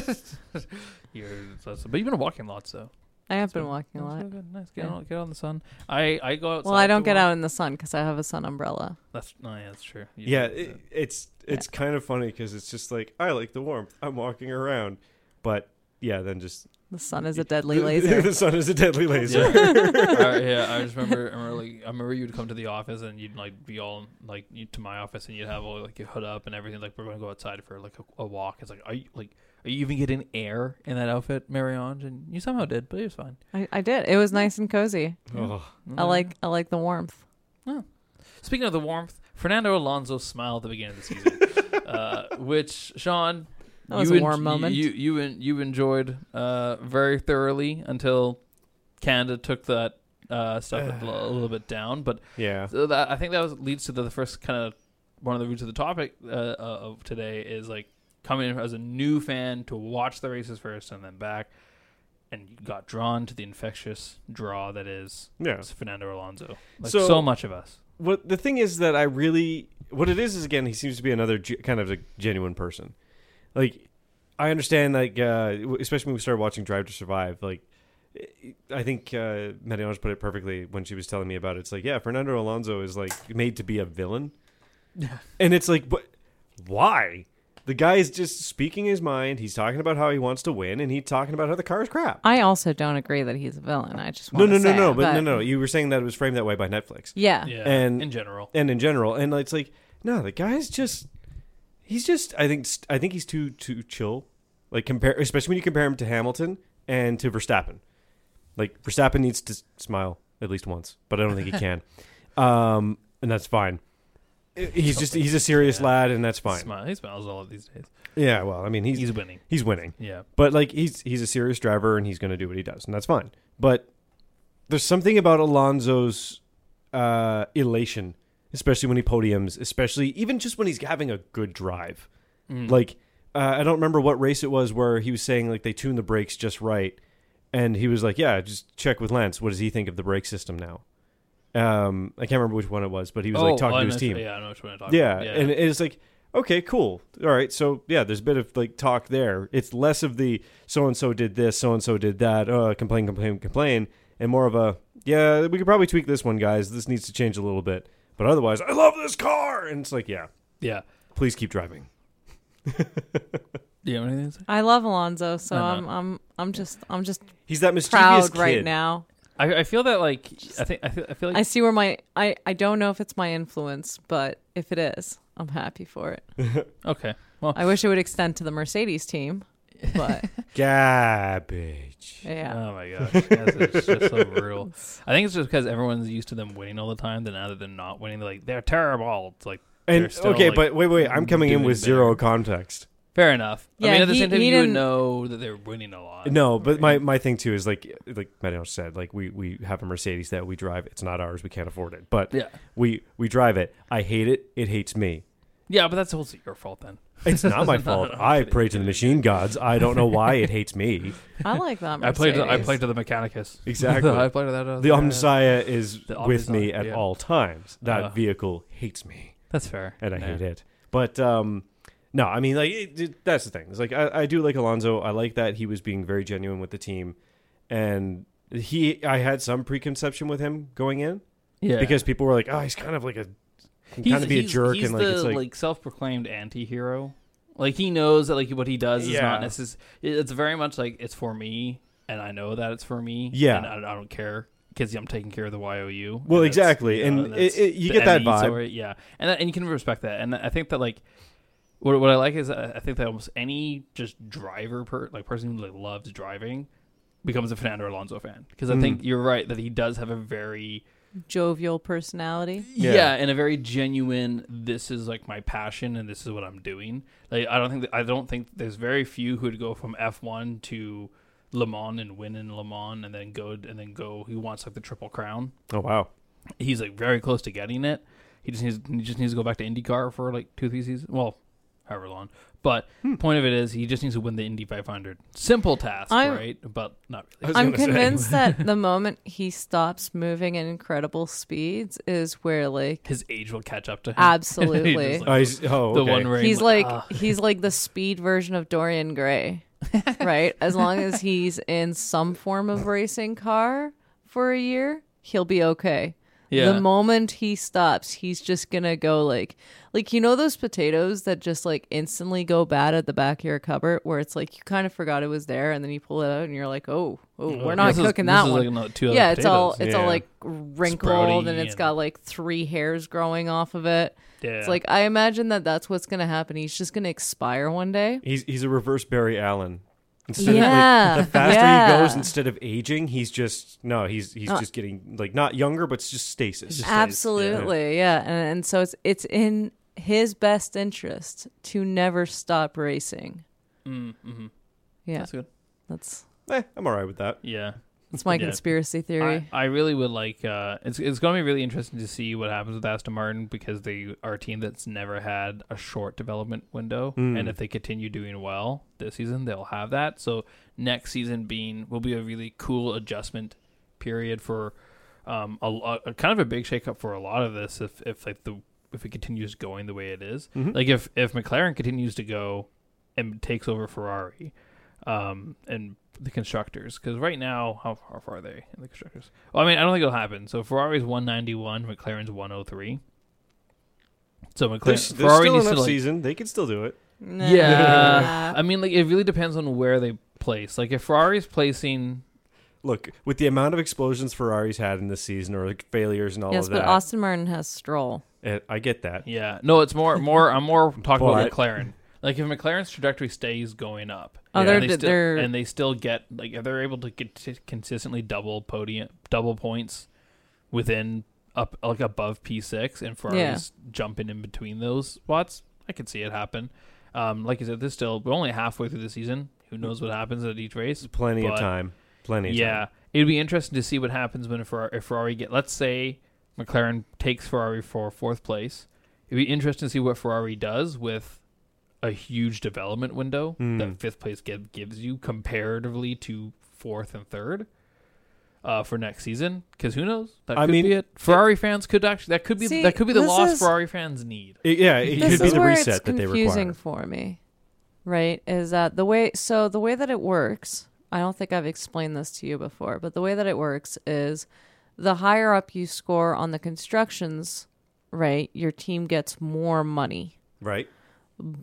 You're, that's, but you've been walking lots though. I have been So- walking a That's lot. so good. Nice. Get Yeah. out. Get out in the sun. I I go outside. Well, I don't to get walk. out in the sun because I have a sun umbrella. That's no, yeah, that's true. You Yeah, do it, it's it's kind of funny because it's just like I like the warmth. I'm walking around, but yeah, then just The sun is a deadly the- laser. the sun is a deadly that. laser. yeah. I, yeah, I just remember, I remember, like, I remember you'd come to the office and you'd like be all like you to my office and you'd have all like your hood up and everything. Like we're gonna go outside for like a, a walk. It's like, are you like, are you even getting air in that outfit, Marianne? And you somehow did, but it was fine. Mm-hmm. I, I did. It was nice and cozy. Oh, I like I like the warmth. Speaking of the warmth, Fernando Alonso smiled at the beginning of the season, uh, which Sean, That was you a warm moment. You you en- you enjoyed uh, very thoroughly until Canada took that uh, stuff a, little, a little bit down. But yeah. so that, I think that was, leads to the, the first kind of one of the roots of the topic uh, uh, of today is like coming in as a new fan to watch the races first and then back, and you got drawn to the infectious draw that is Yeah. Fernando Alonso. Like So- so much of us. What the thing is that I really what it is is again he seems to be another ge- kind of a genuine person. Like I understand like uh w- especially when we started watching Drive to Survive like I think uh Mariano's put it perfectly when she was telling me about it. It's like yeah, Fernando Alonso is like made to be a villain. and it's like but why? The guy is just speaking his mind. He's talking about how he wants to win and he's talking about how the car is crap. I also don't agree that he's a villain. I just No, want no, to no, say no, it, but no, no. You were saying that it was framed that way by Netflix. Yeah. yeah, And- in general. and in general and it's like no the guy's just he's just i think i think he's too too chill like compare especially when you compare him to hamilton and to verstappen like verstappen needs to s- smile at least once but i don't think he can um and that's fine he's just he's a serious Yeah. lad and that's fine Smile. He smiles all of these days. yeah well i mean he's He's, winning. he's winning Yeah. but like he's he's a serious driver and he's going to do what he does and that's fine but there's something about alonso's uh elation especially when he podiums especially even just when he's having a good drive Mm. like uh, i don't remember what race it was where he was saying like they tuned the brakes just right and he was like yeah just check with lance what does he think of the brake system now um i can't remember which one it was but he was like talking to his team Yeah, Oh, I know which one I'm talking yeah, about. and it's like okay cool all right so yeah there's a bit of like talk there it's less of the so and so did this so and so did that uh complain complain complain and more of a yeah we could probably tweak this one guys this needs to change a little bit but otherwise i love this car and it's like yeah yeah. please keep driving Do you have anything to say? I love Alonzo, so I know. I'm I'm I'm just I'm just he's that mischievous proud right kid. now. I, I feel that like I think I feel I feel like I see where my I I don't know if it's my influence, but if it is, I'm happy for it. Okay. I wish it would extend to the Mercedes team, but Garbage. yeah. Oh my gosh, Yes, it's just so brutal. I think it's just because everyone's used to them winning all the time. Then now that they're not winning, they're like they're terrible. It's like And They're still, okay, like, but wait, wait. I'm coming in doing with better. zero context. fair enough. I Yeah, mean, at the he- same time, he you would didn't- know that they're winning a lot. No, but my, my thing too is like like Meadow said, like we, we have a Mercedes that we drive. It's not ours. We can't afford it, but Yeah. we we drive it. I hate it. It hates me. Yeah, but that's also your fault then. It's not my fault. I pray to the machine gods. I don't know why it hates me. I like that. I played. To, I Mercedes. played to the Mechanicus. Exactly. I played to that. uh, The Omnissiah is The with me Omnissiah, at yeah. all times. That Uh. vehicle hates me, That's fair. and I Yeah. hate it. But um, no, I mean, like it, it- that's the thing. It's like I, I do like Alonso. I like that he was being very genuine with the team, and he. I had some preconception with him going in Yeah, because people were like, "Oh, he's kind of like a can he's kind of be a he's- jerk," He's and like the it's like, like, self-proclaimed anti-hero. Like he knows that like what he does is not Yeah. necessary. It's very much like it's for me, and I know that it's for me. Yeah. and I, I don't care because I'm taking care of the YOU. Well, that's- exactly, and that's it- it- you the get that Emmys vibe. or- yeah, and that- and you can respect that, and I think that like. What, what I like is I I think that almost any just driver per like person who like loves driving becomes a Fernando Alonso fan because I Mm. think you're right that he does have a very jovial personality. Yeah. yeah. and a very genuine this is like my passion and this is what i'm doing like i don't think that, i don't think there's very few who would go from f1 to le mans and win in le mans and then go and then go he wants like the triple crown "Oh wow, he's like very close to getting it he just needs he just needs to go back to indycar for like two three seasons well however long but Hmm. point of it is he just needs to win the indy 500 simple task I'm- right but not I really was I'm gonna say. convinced that the moment he stops moving at incredible speeds is where like his age will catch up to him Absolutely. He's just, oh, like, he's, oh the okay. one where he's like ah. he's like the speed version of Dorian Gray, right? As long as he's in some form of racing car for a year, he'll be okay. Yeah. The moment he stops, he's just gonna go like, like you know those potatoes that just like instantly go bad at the back of your cupboard, where it's like you kind of forgot it was there, and then you pull it out and you're like, oh, oh, we're not This is- cooking this that is, one like, another two other yeah, it's all potatoes. it's Yeah. all like wrinkled Sprouty and it's and- got like three hairs growing off of it. Yeah. It's like I imagine that that's what's gonna happen. He's just gonna expire one day. He's he's a reverse Barry Allen. Instead Yeah, of like the faster yeah. he goes, instead of aging, he's just no, he's he's Uh, just getting like not younger, but it's just stasis. just- Yeah. Absolutely, yeah. And, and so it's it's in his best interest to never stop racing. Mm-hmm. Yeah, That's good. that's Eh, I'm all right with that. Yeah. that's my Yeah. conspiracy I, theory. I really would like uh it's it's gonna be really interesting to see what happens with Aston Martin because they are a team that's never had a short development window. Mm. And if they continue doing well this season, they'll have that. So next season being will be a really cool adjustment period for um a, lo- a kind of a big shakeup for a lot of this if if like the if it continues going the way it is. Mhm. Like if if McLaren continues to go and takes over Ferrari, um, and the constructors because right now how, how far are they in the constructors? Well, I mean I don't think it'll happen. So Ferrari's one ninety one, McLaren's one hundred three. So McLaren There's, there's Ferrari still needs enough to like, season; they can still do it. Nah. yeah. I mean like it really depends on where they place. Like if Ferrari's placing Look, with the amount of explosions Ferrari's had in this season, or like failures and all yes, of but that, Austin Martin has Stroll. eh, I get that. yeah no it's more more I'm more talking about But- McLaren. Like if McLaren's trajectory stays going up, Oh, and they're- they still, they're- and they still get like if they're able to get consistently double podium double points within up like above P six and Ferrari's Yeah. jumping in between those spots, I could see it happen. Um, like you said, this still we're only halfway through the season. Who knows what happens at each race? Plenty of But- time. Plenty. Of Yeah, Time. it'd be interesting to see what happens when Ferrari, if Ferrari get. Let's say McLaren takes Ferrari for fourth place. It'd be interesting to see what Ferrari does with a huge development window Hmm. that fifth place give, gives you comparatively to fourth and third. Uh, for next season, because who knows? That I could mean- be it. Ferrari fans could actually that could be See, that could be the this loss is- Ferrari fans need. It- yeah, it This could be is the where reset it's that they confusing require. for me right is that the way so the way that it works i don't think i've explained this to you before but the way that it works is the higher up you score on the constructions right your team gets more money Right.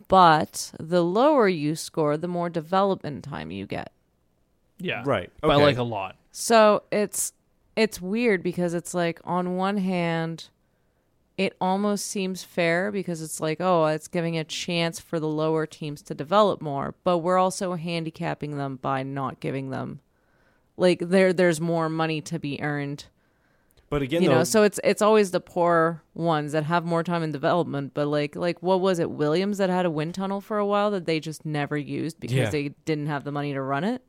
but the lower you score the more development time you get Yeah, Right. By Okay. like a lot. so it's it's weird because it's like on one hand, it almost seems fair because it's like, oh, it's giving a chance for the lower teams to develop more, but we're also handicapping them by not giving them like there there's more money to be earned. But again, you though, know, so it's it's always the poor ones that have more time in development, but like like what was it, Williams that had a wind tunnel for a while that they just never used because Yeah. they didn't have the money to run it?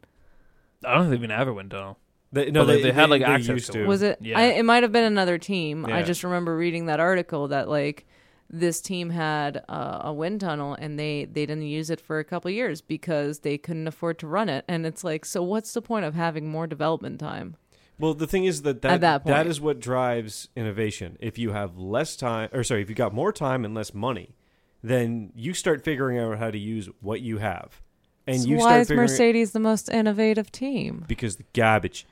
I don't think they even have a wind tunnel. they, no, but they, they had like access used to to. it. Was it? Yeah. I, it might have been another team. I Yeah. just remember reading that article that like this team had uh, a wind tunnel and they they didn't use it for a couple years because they couldn't afford to run it. And it's like, so what's the point of having more development time? Well, the thing is that that, that that point. is what drives innovation. If you have less time, or sorry, if you got more time and less money, then you start figuring out how to use what you have, and So you why start is figuring Mercedes the most innovative team? because the garbage.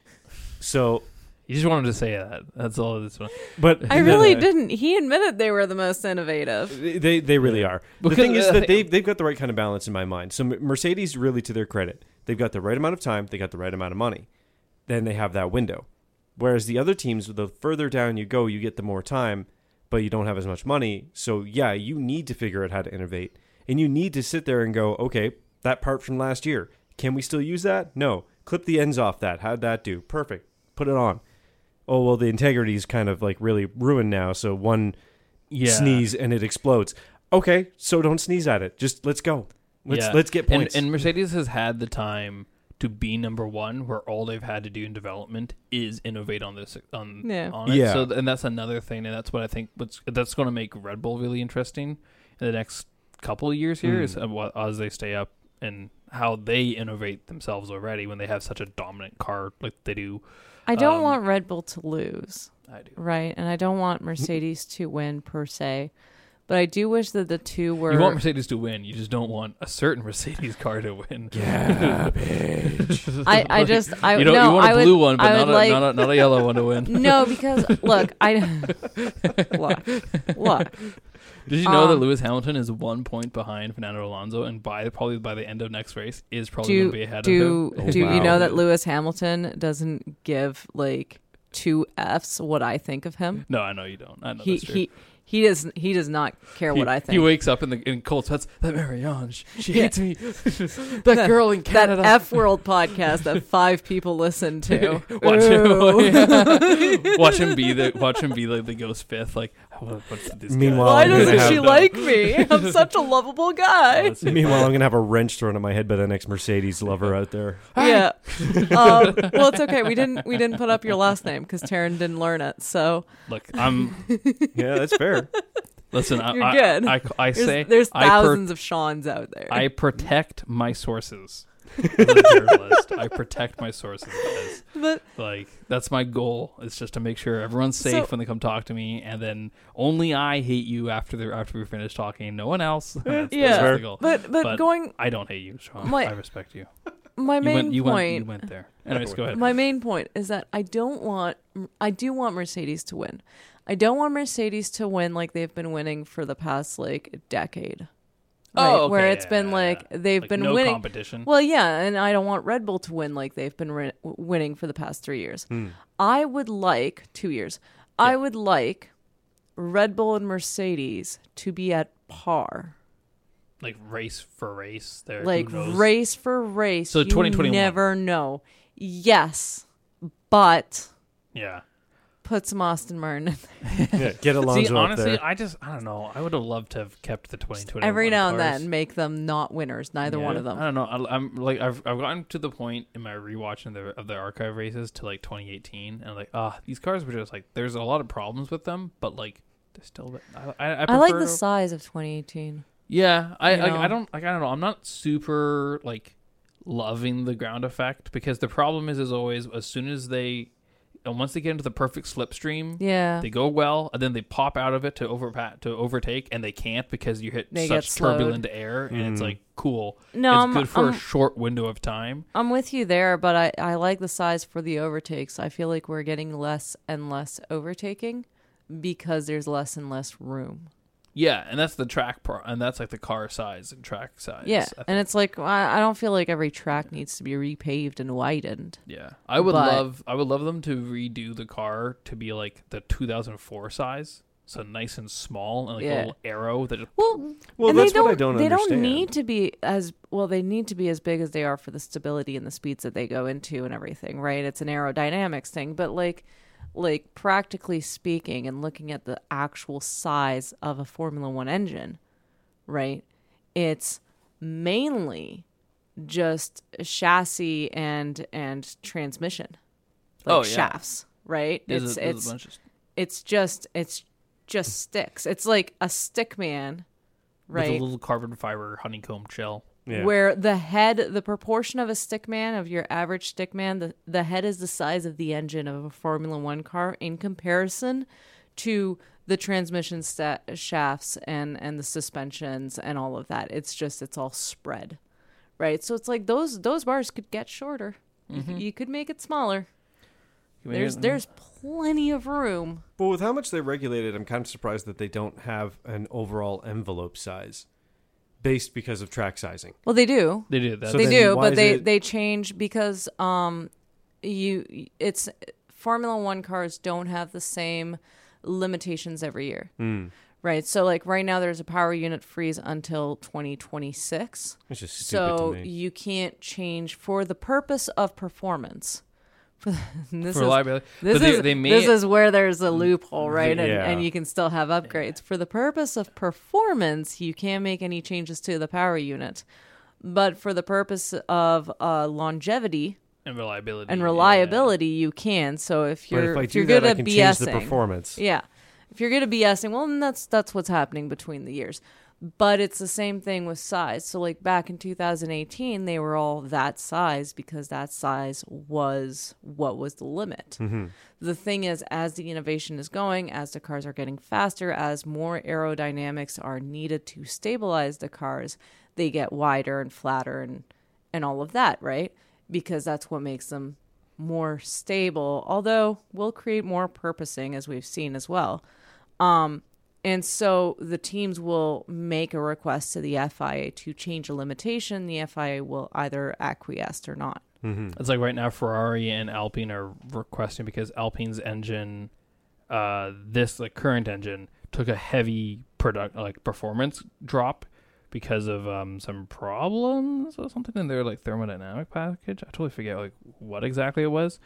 So, You just wanted to say that. That's all this one. but I no, really no, didn't. He admitted they were the most innovative. They they really are. Because, the thing is uh, that I they they've got the right kind of balance in my mind. So M- Mercedes really, to their credit, they've got the right amount of time, they got the right amount of money, then they have that window. Whereas the other teams, the further down you go, you get the more time, but you don't have as much money. So yeah, you need to figure out how to innovate, and you need to sit there and go, okay, that part from last year, can we still use that? No, clip the ends off that. How'd that do? Perfect. Put it on. Oh well, the integrity is kind of like really ruined now. So one Yeah. sneeze and it explodes. Okay, so don't sneeze at it. Just let's go. Let's Yeah. let's get And- points. And, Mercedes has had the time to be number one, where all they've had to do in development is innovate on this on Yeah. on it. Yeah. So and that's another thing, and that's what I think what's that's going to make Red Bull really interesting in the next couple of years here is Mm. uh, what as they stay up and how they innovate themselves already when they have such a dominant car like they do. I don't Um, want Red Bull to lose. I do. Right. And I don't want Mercedes to win per se, but I do wish that the two were. You want Mercedes to win, you just don't want a certain Mercedes car to win. I, I just. I, you don't no, you want a I would, blue one, but I would not a, like, not a not a yellow one to win. No, because look, I. look. Look. Did you know that Um, Lewis Hamilton is one point behind Fernando Alonso, and by probably by the end of next race is probably going Do, to be ahead do, of him? do you wow. know that Lewis Hamilton doesn't give, like, two F's what I think of him? No, I know you don't. I know He, that's true. he, he doesn't. He does not care He- what I think. He wakes up in the in cold sweats. That Marianne, she, she Yeah. hates me. that girl in that Canada. F World podcast that five people listen to. watch Ooh. him. watch him be the watch him be like the ghost fifth. Like what, what's this? guy? Meanwhile, Why I'm gonna doesn't have she the- like me? I'm such a lovable guy. Honestly. Meanwhile, I'm gonna have a wrench thrown at my head by the next Mercedes lover out there. yeah. Um, well, it's okay. We didn't we didn't put up your last name because Taryn didn't learn it. So Look, I'm Yeah, that's fair. listen. I, You're I, good. I, I, there's, say there's I per- thousands of Sean's out there. I protect my sources. as a journalist. I protect my sources. As, but like that's my goal. It's just to make sure everyone's safe So- when they come talk to me, and then only I hate you after the after we finish talking. No one else. That's- that's Yeah. the goal. but but But- going I don't hate you, Sean. My- I respect you. my you main went. You point. went. You went there. Anyways, go ahead. My main point is that I don't want I do want Mercedes to win. I don't want Mercedes to win like they've been winning for the past like decade. Oh, okay, where yeah, it's been yeah, like yeah. they've Like, been no winning competition. Well, yeah, and I don't want Red Bull to win like they've been ri- winning for the past three years. Hmm. I would like two years. I would like Red Bull and Mercedes to be at par, like race for race. There, who like knows? race for race. So you 2021. never know. Yes, but Yeah. put some Aston Martin. in there. Yeah, get Alonso See, up honestly, there. I just I don't know. I would have loved to have kept the 2020 Every now and then, make them not winners. Neither Yeah. one of I don't them. know. I, I'm like I've I've gotten to the point in my rewatching of the of the archive races to like 2018, and like ah, these cars were just like there's a lot of problems with them, but like they're still. I I, I, I like prefer- the size of 2018. Yeah, I you like, know? I don't like I don't know. I'm not super like loving the ground effect because the problem is as always as soon as they and once they get into the perfect slipstream, Yeah, they go well and then they pop out of it to overpa- to overtake and they can't because you hit They get such slowed. turbulent air and it's like cool No, it's I'm- good for I'm- a short window of time I'm with you there, but I, I like the size for the overtakes. I feel like we're getting less and less overtaking because there's less and less room. yeah and that's the track part and that's like the car size and track size yeah. I think. And it's like, I, I don't feel like every track needs to be repaved and widened. yeah i would But- love i would love them to redo the car to be like the 2004 size so nice and small and like Yeah. a little arrow that just, Well, Well, and that's they don't, what I don't They understand. don't need to be as well. They need to be as big as they are for the stability and the speeds that they go into and everything, right? It's an aerodynamics thing, but like, like practically speaking, and looking at the actual size of a Formula One engine, right? It's mainly just chassis and and transmission, like Oh, yeah. shafts, right? there's, it's a, there's it's a bunch of it's just it's just sticks. It's like a stick man, with right? a little carbon fiber honeycomb shell. Yeah. Where the head, the proportion of a stick man of your average stick man, the, the head is the size of the engine of a Formula One car in comparison to the transmission sta shafts and and the suspensions and all of that. It's just it's all spread, right? So it's like those those bars could get shorter. You could- You could make it smaller. You made there's it- there's plenty of room. But with how much they regulated, I'm kind of surprised that they don't have an overall envelope size based because of track sizing. Well, they do. they do that. So they then do why but is they it- they change because um you it's formula one cars don't have the same limitations every year Hmm. right so like right now there's a power unit freeze until 2026 It's just stupid so to me. you can't change for the purpose of performance for this for is liability, this but they, is they made this is where there's a loophole, right? And, Mm, yeah. and you can still have upgrades for the purpose of performance. You can't make any changes to the power unit, but for the purpose of uh, longevity and reliability and yeah. reliability, you can. So if But you're if I if do you're that, good I at can BSing, change the performance. yeah. If you're gonna be BSing, well, then that's that's what's happening between the years. But it's the same thing with size. So like back in 2018, they were all that size because that size was what was the limit. Mm-hmm. The thing is, as the innovation is going, as the cars are getting faster, as more aerodynamics are needed to stabilize the cars, they get wider and flatter and and all of that, right? Because that's what makes them more stable, although we'll create more purposing as we've seen as well. Um, and so the teams will make a request to the FIA to change a limitation. The FIA will either acquiesce or not. It's like right now Ferrari and Alpine are requesting because Alpine's engine, uh, this the current engine took a heavy product like performance drop because of um, some problems or something in their like thermodynamic package. I totally forget like what exactly it was,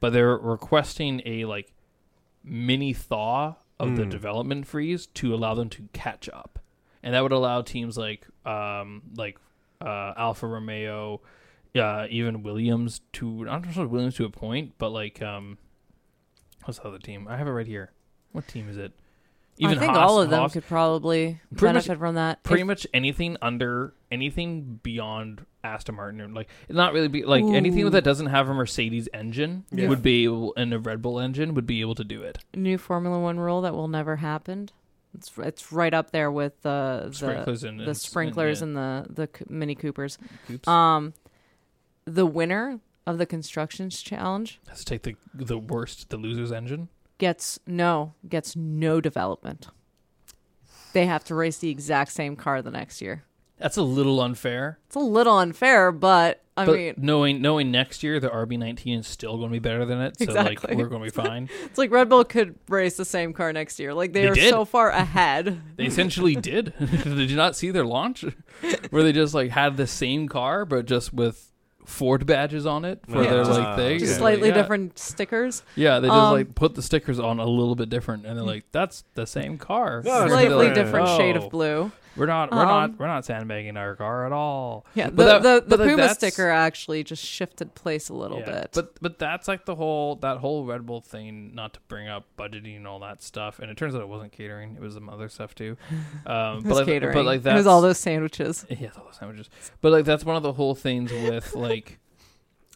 but they're requesting a like mini thaw of the development freeze to allow them to catch up, and that would allow teams like um, like uh, Alfa Romeo, uh, even Williams to I'm not sure Williams to a point, but like um, what's the other team? I have it right here. What team is it? I think Haas- all of them Haas- could probably Pretty much- benefit from that. pretty If- much anything under anything beyond Aston Martin, or, like not really be like anything Ooh. that doesn't have a Mercedes engine Yeah. would be able, and a Red Bull engine would be able to do it. new Formula One rule that will never happen. It's it's right up there with the the, sprinklers and the sprinklers and the the c- Mini Coopers. Oops. Um, the winner of the constructions challenge let's take the the worst, the losers engine. gets no gets no development. They have to race the exact same car the next year. That's a little unfair. It's a little unfair, but I but mean, knowing knowing next year the RB19 is still going to be better than it, so Exactly. like we're going to be fine. it's like Red Bull could race the same car next year. Like they, They are did. so far ahead. they essentially did. did you not see their launch where they just like had the same car but just with Ford badges on it for Yeah, their just- like thing? Just Yeah. slightly Yeah. different stickers. Yeah, they just Um, like put the stickers on a little bit different, and they're like, "That's the same car, No, it's They're Slightly like, different shade "Oh, of blue. We're not, we're Um, not, we're not sandbagging our car at all. Yeah, But the, that- the, the but, like, Puma that's- sticker actually just shifted place a little Yeah, bit. But but that's like the whole that whole Red Bull thing. Not to bring up budgeting and all that stuff, and it turns out it wasn't catering; it was some other stuff too. Um, it but was like, catering. but like it that's was all those sandwiches. Yes, all the sandwiches. But like that's one of the whole things with like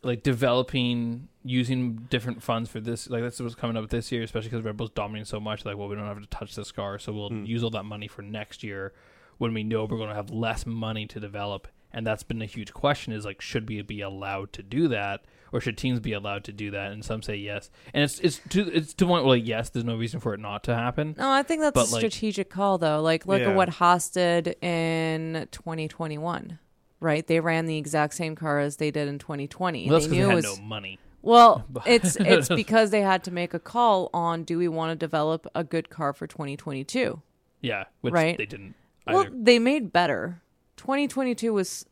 like developing using different funds for this. Like that's what's coming up this year, especially because Red Bull's dominating so much. Like, well, we don't have to touch this car, so we'll use all that money for next year when we know we're going to have less money to develop. And that's been a huge question: is like, should we be allowed to do that, or should teams be allowed to do that? And some say yes, and it's it's to it's to the point where like yes, there's no reason for it not to happen. No, I think that's But, a like- strategic call, though. Like, look Yeah. at what Haas did in 2021, right? They ran the exact same car as they did in 2020. Well, that's because they they knew had it was no money. Well, it's it's because they had to make a call on do we want to develop a good car for 2022. Yeah, which Right. they didn't. Well, either. they made better. 2022 was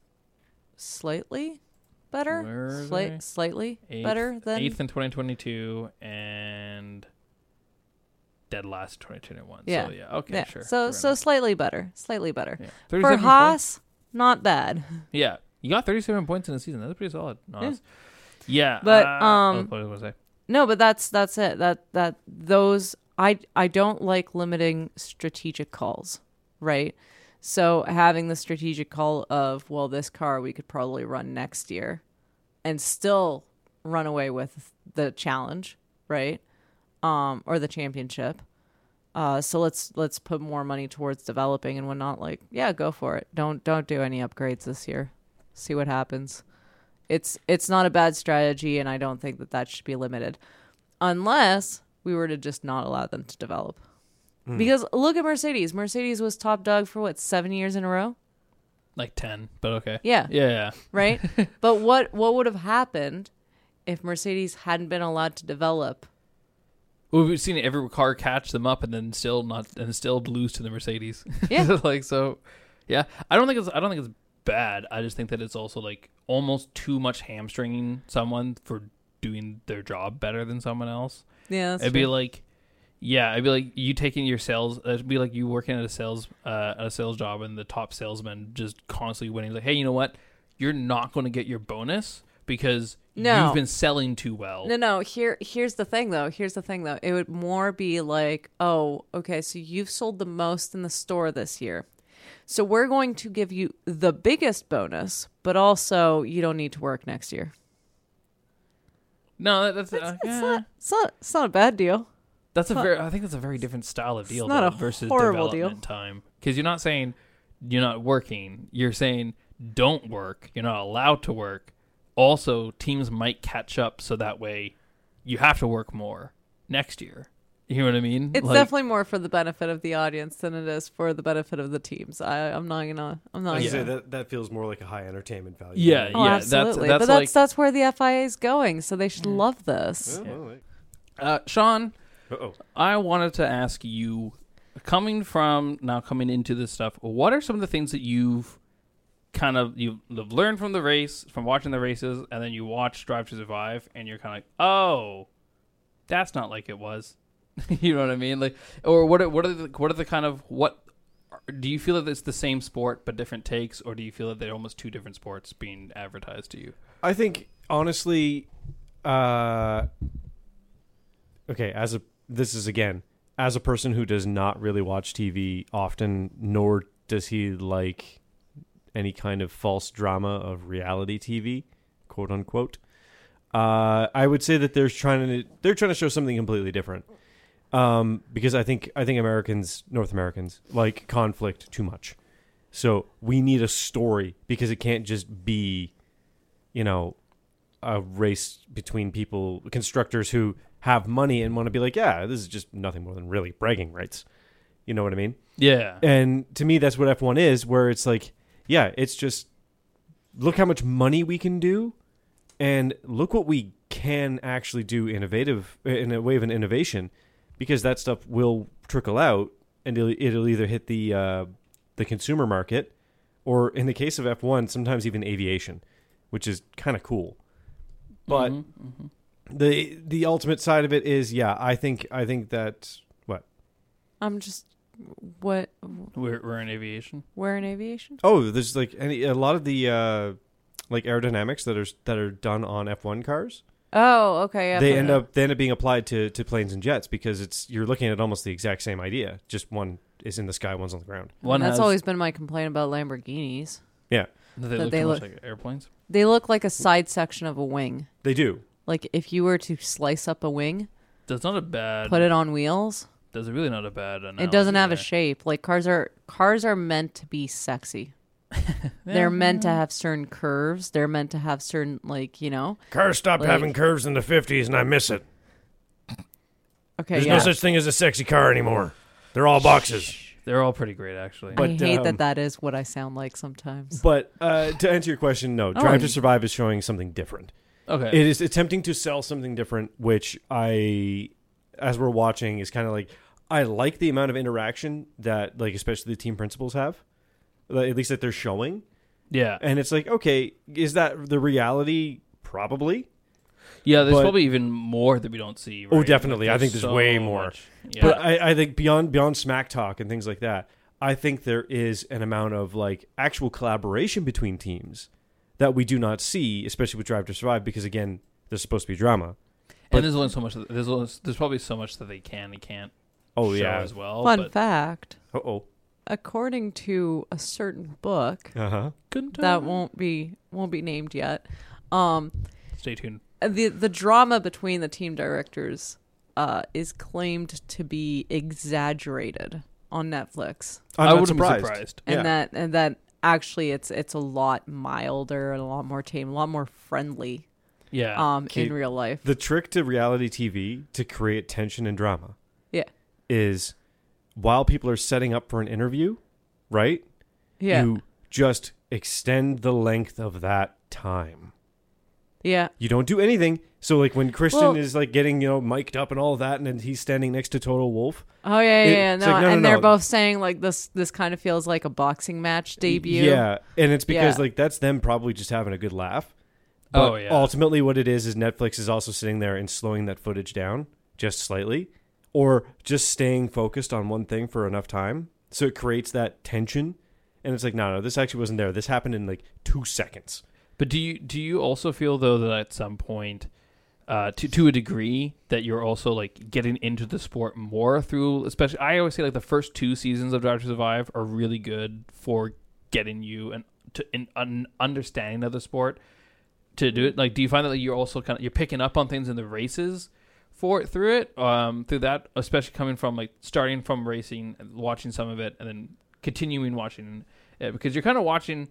slightly better, Were they? Slight, slightly Eighth- better than eighth in 2022 and dead last 2021. Yeah. So yeah, okay, yeah. sure. So fair so enough. slightly better, slightly better. Yeah. For 37 points. Haas, not bad. yeah, you got 37 points in a season. That's pretty solid. Honest. Yeah. But, uh, um, what was I gonna say? No, but that's that's it. That that those I I don't like limiting strategic calls, right? So having the strategic call of well, this car we could probably run next year, and still run away with the challenge, right? Um, or the championship. Uh, so let's let's put more money towards developing and whatnot. Like, yeah, go for it. Don't don't do any upgrades this year. See what happens it's it's not a bad strategy and i don't think that that should be limited unless we were to just not allow them to develop because look at mercedes mercedes was top dog for what seven years in a row like 10, but okay. yeah Yeah, yeah. right but what what would have happened if mercedes hadn't been allowed to develop Well, We've seen every car catch them up and then still not and still lose to the Mercedes. Yeah. like so. Yeah, I don't think it's I don't think it's bad. I just think that it's also like almost too much hamstringing someone for doing their job better than someone else. yeah that's it'd be like, yeah, it'd be like you taking your sales. It'd be like you working at a sales uh, at a sales job and the top salesman just constantly winning. Like, hey, you know what? You're not going to get your bonus because No. you've been selling too well. No, no. Here, here's the thing, though. Here's the thing, though. It would more be like, oh, okay, so you've sold the most in the store this year, so we're going to give you the biggest bonus, but also you don't need to work next year. No, that, that's uh, It's yeah. not, it's not, it's not a bad deal. That's a very. I think that's a very different style of deal not though, a versus horrible development deal. time because you're not saying you're not working. You're saying don't work. You're not allowed to work. Also, teams might catch up, so that way you have to work more next year. You know what I mean? It's Like, definitely more for the benefit of the audience than it is for the benefit of the teams. I, I'm not gonna, I'm not. I Gonna, say that that feels more like a high entertainment value. Yeah, Oh, yeah. that's- absolutely. that's but that's like- that's where the FIA is going, so they should love this. uh, Sean. Oh, I wanted to ask you, coming from now coming into this stuff, what are some of the things that you've kind of you've you've learned from the race, from watching the races, and then you watch Drive to Survive, and you're kind of like, oh, that's not like it was. you know what I mean? Like, or what are, what are the what are the kind of what do you feel that it's the same sport but different takes, or do you feel that they're almost two different sports being advertised to you? I think honestly, uh, okay. As a this is again as a person who does not really watch TV often, nor does he like any kind of false drama of reality TV, quote unquote. Uh, I would say that they're trying to they're trying to show something completely different. Um, because I think I think Americans, North Americans, like conflict too much. So we need a story because it can't just be you know a race between people constructors who have money and want to be like yeah this is just nothing more than really bragging rights you know what i mean Yeah, and to me that's what f1 is where it's like yeah it's just look how much money we can do and look what we can actually do innovative uh, in a wave of innovation because that stuff will trickle out and it'll, it'll either hit the uh, the consumer market or in the case of F1 sometimes even aviation which is kind of cool but Mm-hmm. the the ultimate side of it is yeah I think I think that what I'm just what we're we're in aviation. we're in aviation. Oh, there's like any a lot of the uh like aerodynamics that are that are done on F1 cars. Oh, okay. Yeah, they but- end up they end up being applied to to planes and jets because it's you're looking at almost the exact same idea. Just one is in the sky, one's on the ground. One that's has always been my complaint about Lamborghinis. Yeah, that they that look they too much look- like airplanes. They look like a side section of a wing. they do. Like if you were to slice up a wing, That's not a bad. put it on wheels, That's really not a bad analogy. it doesn't have a there. shape. Like cars are cars are meant to be sexy. They're meant to have certain curves. They're meant to have certain like, you know. Cars stopped Like- having curves in the 50s, and I miss it. Okay, yeah. thing as a sexy car anymore. They're all boxes. They're all pretty great, actually. But, I hate um, that that is what I sound like sometimes. But uh, to answer your question, no, Drive Oh. to Survive is showing something different. Okay. It is attempting to sell something different, which I, as we're watching, is kind of like I like the amount of interaction that like especially the team principals have, like, at least that they're showing, Yeah. and it's like okay, is that the reality? Probably, Yeah, there's But- probably even more that we don't see. Oh, right? definitely. I think there's there's way more. Yeah. but I, I think beyond beyond smack talk and things like that, I think there is an amount of like actual collaboration between teams that we do not see, especially with Drive to Survive, because again, there's supposed to be drama. but- and there's only so much. That, there's only, there's probably so much that they can and can't. Oh show yeah. as well. Fun Oh, but fact Uh oh. according to a certain book Uh huh. that won't be won't be named yet um stay tuned. the the drama between the team directors uh is claimed to be exaggerated on Netflix I'm I not wouldn't be surprised. surprised. and Yeah. that and that actually it's it's a lot milder and a lot more tame a lot more friendly Yeah. um Kate- in real life The trick to reality TV to create tension and drama yeah is while people are setting up for an interview, right? yeah You just extend the length of that time. yeah You don't do anything. So like when Christian Well- is like getting, you know, mic'd up and all of that and then he's standing next to Total Wolf. Oh yeah, yeah, It- yeah. it's No, like, no, no, and they're no. both saying like this. This kind of feels like a boxing match debut. Yeah. And it's because Yeah. like that's them probably just having a good laugh. Oh, But yeah. Ultimately what it is is Netflix is also sitting there and slowing that footage down just slightly. Or just staying focused on one thing for enough time. So it creates that tension. And it's like, no, no, this actually wasn't there. This happened in like two seconds. But do you do you also feel though that at some point, uh, to to a degree, that you're also like getting into the sport more through, especially I always say like the first two seasons of Drive to Survive are really good for getting you and to an an understanding of the sport. To do it, like, do you find that like, you're also kind of you're picking up on things in the races for it through it, um, through that, especially coming from like starting from racing, watching some of it, and then continuing watching it because you're kind of watching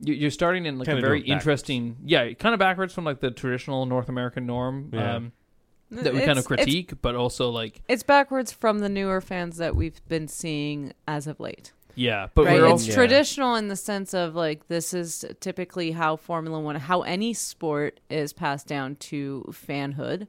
you- you're starting in like Kinda a very doing it backwards. interesting yeah kind of backwards from like the traditional north american norm Yeah. um, that we It's- kind of it's- critique but also like It's, backwards from the newer fans that we've been seeing as of late. yeah but right? we're all It's Yeah. traditional in the sense of like this is typically how Formula One, how any sport is passed down to fanhood.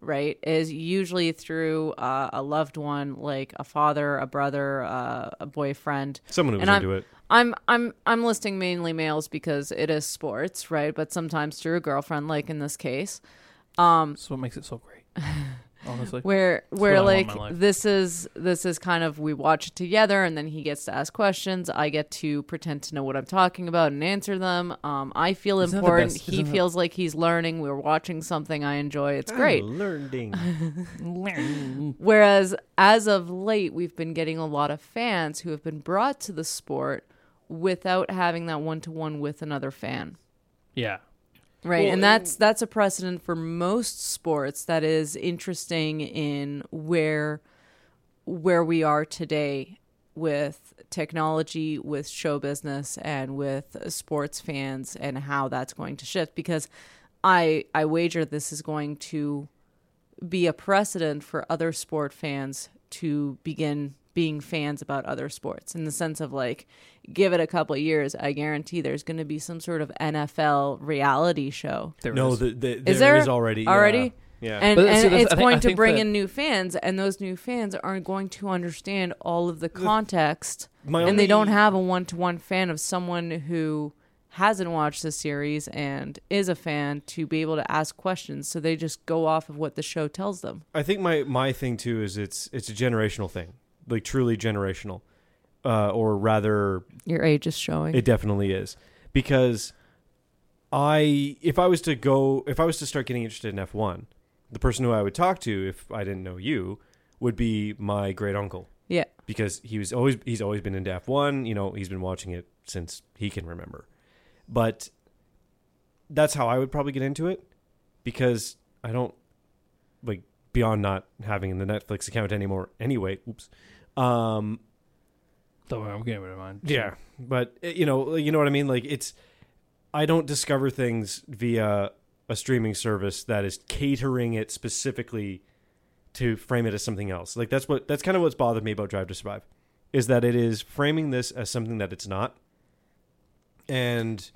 Right is usually through uh, a loved one, like a father, a brother, uh, a boyfriend, Someone who was And I'm- into it. I'm I'm I'm listing mainly males because it is sports, right? But sometimes through a girlfriend, like in this case, Um, that's what makes it so great honestly where what where I want in like my life. this is this is kind of we watch it together, and then he gets to ask questions. I get to pretend to know what I'm talking about and answer them. Um, I feel Isn't that the important. best? He Isn't that- feels like he's learning. We're watching something I enjoy. It's great. Learning. Whereas as of late, we've been getting a lot of fans who have been brought to the sport without having that one to one with another fan. yeah Right, and that's that's a precedent for most sports that is interesting in where where we are today with technology, with show business and with sports fans and how that's going to shift because I I wager this is going to be a precedent for other sport fans to begin being fans about other sports in the sense of like give it a couple of years i guarantee there's going to be some sort of nfl reality show there No, is. the, the, Is there there? is already yeah. Already? Yeah. and, But that's- and that's- it's I think- going I to think bring that- in new fans and those new fans aren't going to understand all of the context my and they don't only- have a one-to-one fan of someone who hasn't watched the series and is a fan to be able to ask questions so they just go off of what the show tells them I think my my thing too is it's it's a generational thing, like truly generational, uh, or rather, your age is showing it definitely is because I if I was to go if I was to start getting interested in F one, the person who I would talk to if I didn't know you would be my great uncle yeah because he was always he's always been into F one. You know, he's been watching it since he can remember. But that's how I would probably get into it because I don't like beyond not having the Netflix account anymore. Anyway, oops. Um, don't worry i'm getting rid of mine yeah, but eh, you know, you know what I mean. Like it's I don't discover things via a streaming service that is catering it specifically to frame it as something else. Like that's what that's kind of what's bothered me about Drive to Survive is that it is framing this as something that it's not. And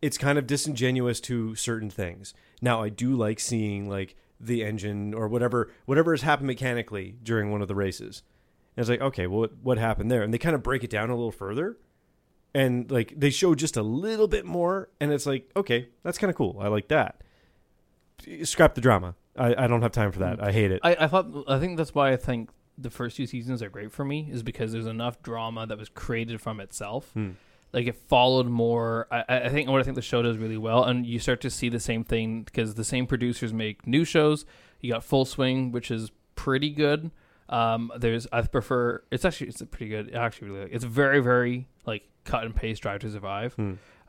it's kind of disingenuous to certain things. Now I do like seeing like the engine or whatever whatever has happened mechanically during one of the races. And it's like, okay, well, what, what happened there? And they kind of break it down a little further. And like they show just a little bit more and it's like, okay, that's kind of cool. I like that. Scrap the drama. I, I don't have time for that. I hate it. I, I thought I think that's why I think the first two seasons are great for me is because there's enough drama that was created from itself. Like it followed more. I, I I think what I think the show does really well, and you start to see the same thing because the same producers make new shows. You got Full Swing, which is pretty good. Um, there's I prefer it's actually it's pretty good. I actually really like, it's very very like cut and paste Drive to Survive.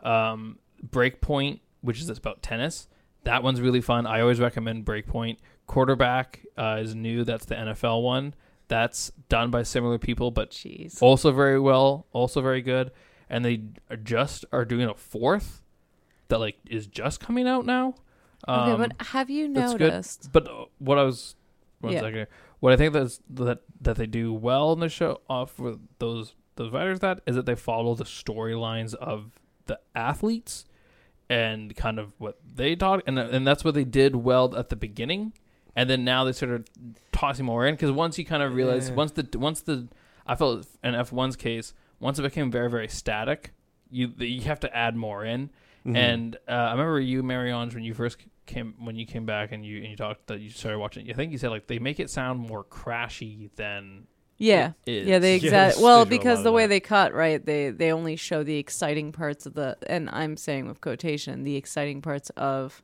Um, Breakpoint, which is about tennis. That one's really fun. I always recommend Breakpoint. Quarterback uh, is new. That's the NFL one. That's done by similar people, but Jeez. also very well, also very good. And they are just are doing a fourth that like is just coming out now. Um, okay, but have you that's good. noticed? But uh, what I was one Yeah. second here. What I think that's that that they do well in the show off with those those writers that is that they follow the storylines of the athletes and kind of what they talk and uh, and that's what they did well at the beginning and then now they sort of tossing more in because once you kind of realize Yeah. once the once the I felt in F one's case once it became very very static you you have to add more in Mhm. and uh, I remember you, Mariange, when you first came when you came back and you and you talked that you started watching. I think you said like they make it sound more crashy than Yeah. it is. Yeah, they Yes, exact. they well, do a lot because of the way that. they cut, right? They they only show the exciting parts of the, and I'm saying with quotation, the exciting parts of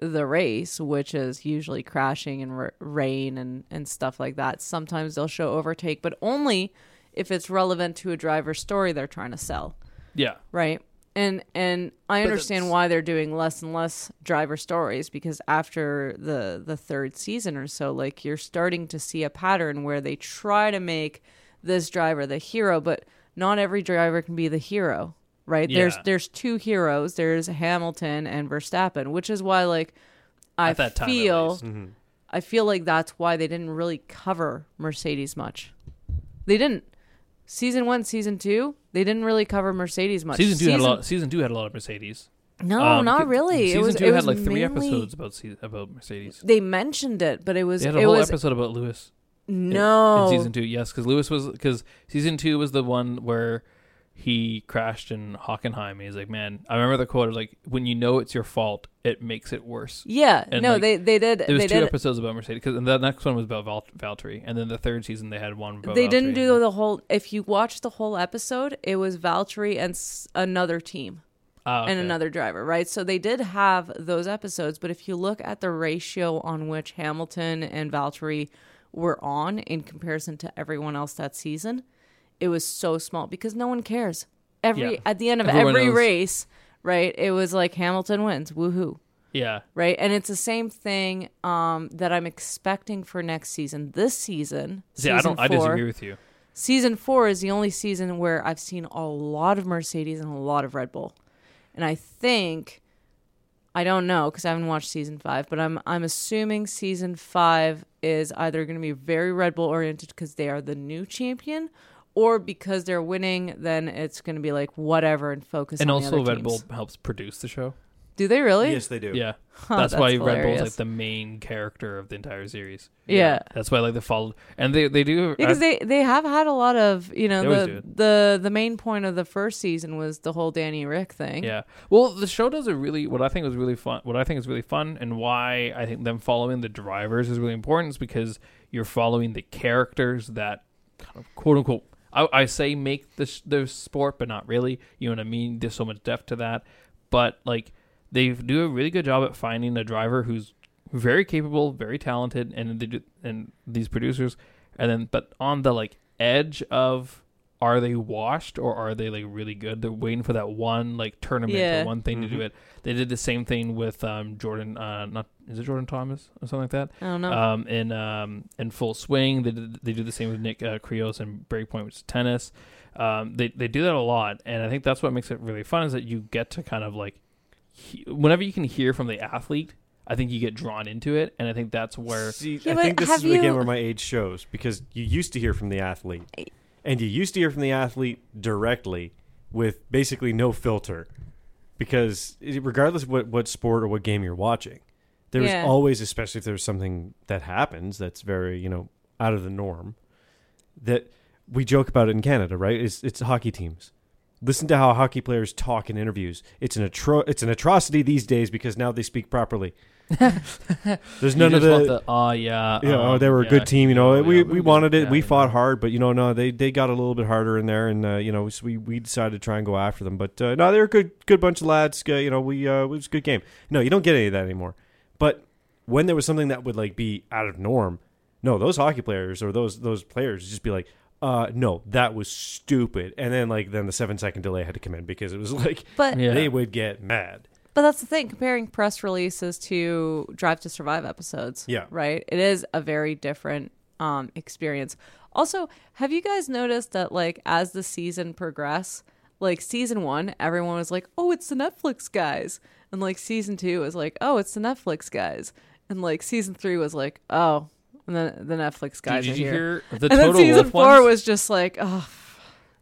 the race, which is usually crashing and r- rain and and stuff like that. Sometimes they'll show overtake, but only if it's relevant to a driver's story they're trying to sell, yeah. right? And and I understand that's- why they're doing less and less driver stories because after the the third season or so, like you're starting to see a pattern where they try to make this driver the hero, but not every driver can be the hero, right? There's Yeah. there's two heroes. There's Hamilton and Verstappen, which is why like I At that time, at feel least. I feel like that's why they didn't really cover Mercedes much. They didn't season one, season two. They didn't really cover Mercedes much. Season two had a lot. Season two had a lot of Mercedes. No, Um, not c- really. Season it was, two it had was like three mainly- episodes about se- about Mercedes. They mentioned it, but it was They had it a whole was episode about Lewis no in season two. Yes, because Lewis was because season two was the one where he crashed in Hockenheim. And he's like, man, I remember the quote of like, "When you know it's your fault, it makes it worse." Yeah, And, no, like, they they did There was they two did episodes about Mercedes, 'cause- and the next one was about Val- Valtteri, and then the third season they had one. About they didn't Valtteri. do the whole. If you watch the whole episode, it was Valtteri and s- another team. Ah, okay. and another driver, right? So they did have those episodes, but if you look at the ratio on which Hamilton and Valtteri were on in comparison to everyone else that season, it was so small because no one cares. Every Yeah. at the end of Everyone every knows. race, right? It was like Hamilton wins, woohoo Yeah, right? And it's the same thing um, that I'm expecting for next season. This season, see, I season don't. I four- disagree with you. season four is the only season where I've seen a lot of Mercedes and a lot of Red Bull, and I think I don't know because I haven't watched season five, but I'm I'm assuming season five is either going to be very Red Bull oriented because they are the new champion. Or because they're winning, then it's going to be like whatever and focus. And on the also, other Red Bull teams. helps produce the show. Do they really? yes, they do. Yeah, Huh, that's, why Red Bull's like hilarious. the main character of the entire series. Yeah. that's why like they followed, and they they do. because they they have had a lot of you know They always do. the the the main point of the first season was the whole Danny Rick thing. Yeah. Well, the show does a really what I think was really fun. What I think is really fun, and why I think them following the drivers is really important, is because you're following the characters that kind of quote unquote. I, I say make the s- the sport, but not really. You know what I mean? There's so much depth to that, but like they do a really good job at finding a driver who's very capable, very talented, and they do, and these producers, and then but on the like edge of are they washed or are they like really good? They're waiting for that one like tournament Yeah. or one thing to do it. They did the same thing with um, Jordan. Uh, not is it Jordan Thomas or something like that? I don't know. Um, in um, in full swing, they did, they do the same with Nick uh, Creos and Breakpoint, which is tennis. Um, they they do that a lot, and I think that's what makes it really fun is that you get to kind of like he- whenever you can hear from the athlete, I think you get drawn into it, and I think that's where See, Yeah, I but think this have is again you- where my age shows because you used to hear from the athlete, and you used to hear from the athlete directly with basically no filter. because it- regardless of what, what sport or what game you're watching, there's Yeah. always, especially if there's something that happens that's very you know out of the norm, that we joke about it in Canada, right? It's it's hockey teams. Listen to how hockey players talk in interviews. It's an atro- it's an atrocity these days because now they speak properly. there's You none just of the, want the oh yeah, you know, um, they were a yeah, good team. You know, yeah, we, yeah, we wanted it. yeah, we yeah. fought hard, but you know, no, they they got a little bit harder in there, and uh, you know, so we, we decided to try and go after them. But uh, no, they were a good good bunch of lads. Uh, you know, we uh, it was a good game. No, you don't get any of that anymore. But when there was something that would like be out of norm, no, those hockey players or those those players just be like. Uh no, that was stupid. And then like then the seven second delay had to come in because it was like But Yeah. they would get mad. But that's the thing, comparing press releases to Drive to Survive episodes. Yeah. Right? It is a very different um, experience. Also, have you guys noticed that, like, as the season progressed, like, season one, everyone was like, oh, it's the Netflix guys. And, like, season two was like, oh, it's the Netflix guys. And, like, season three was like, oh, and then the Netflix guys Did, are did you here. hear the and then total season wolf four ones? was just like, oh,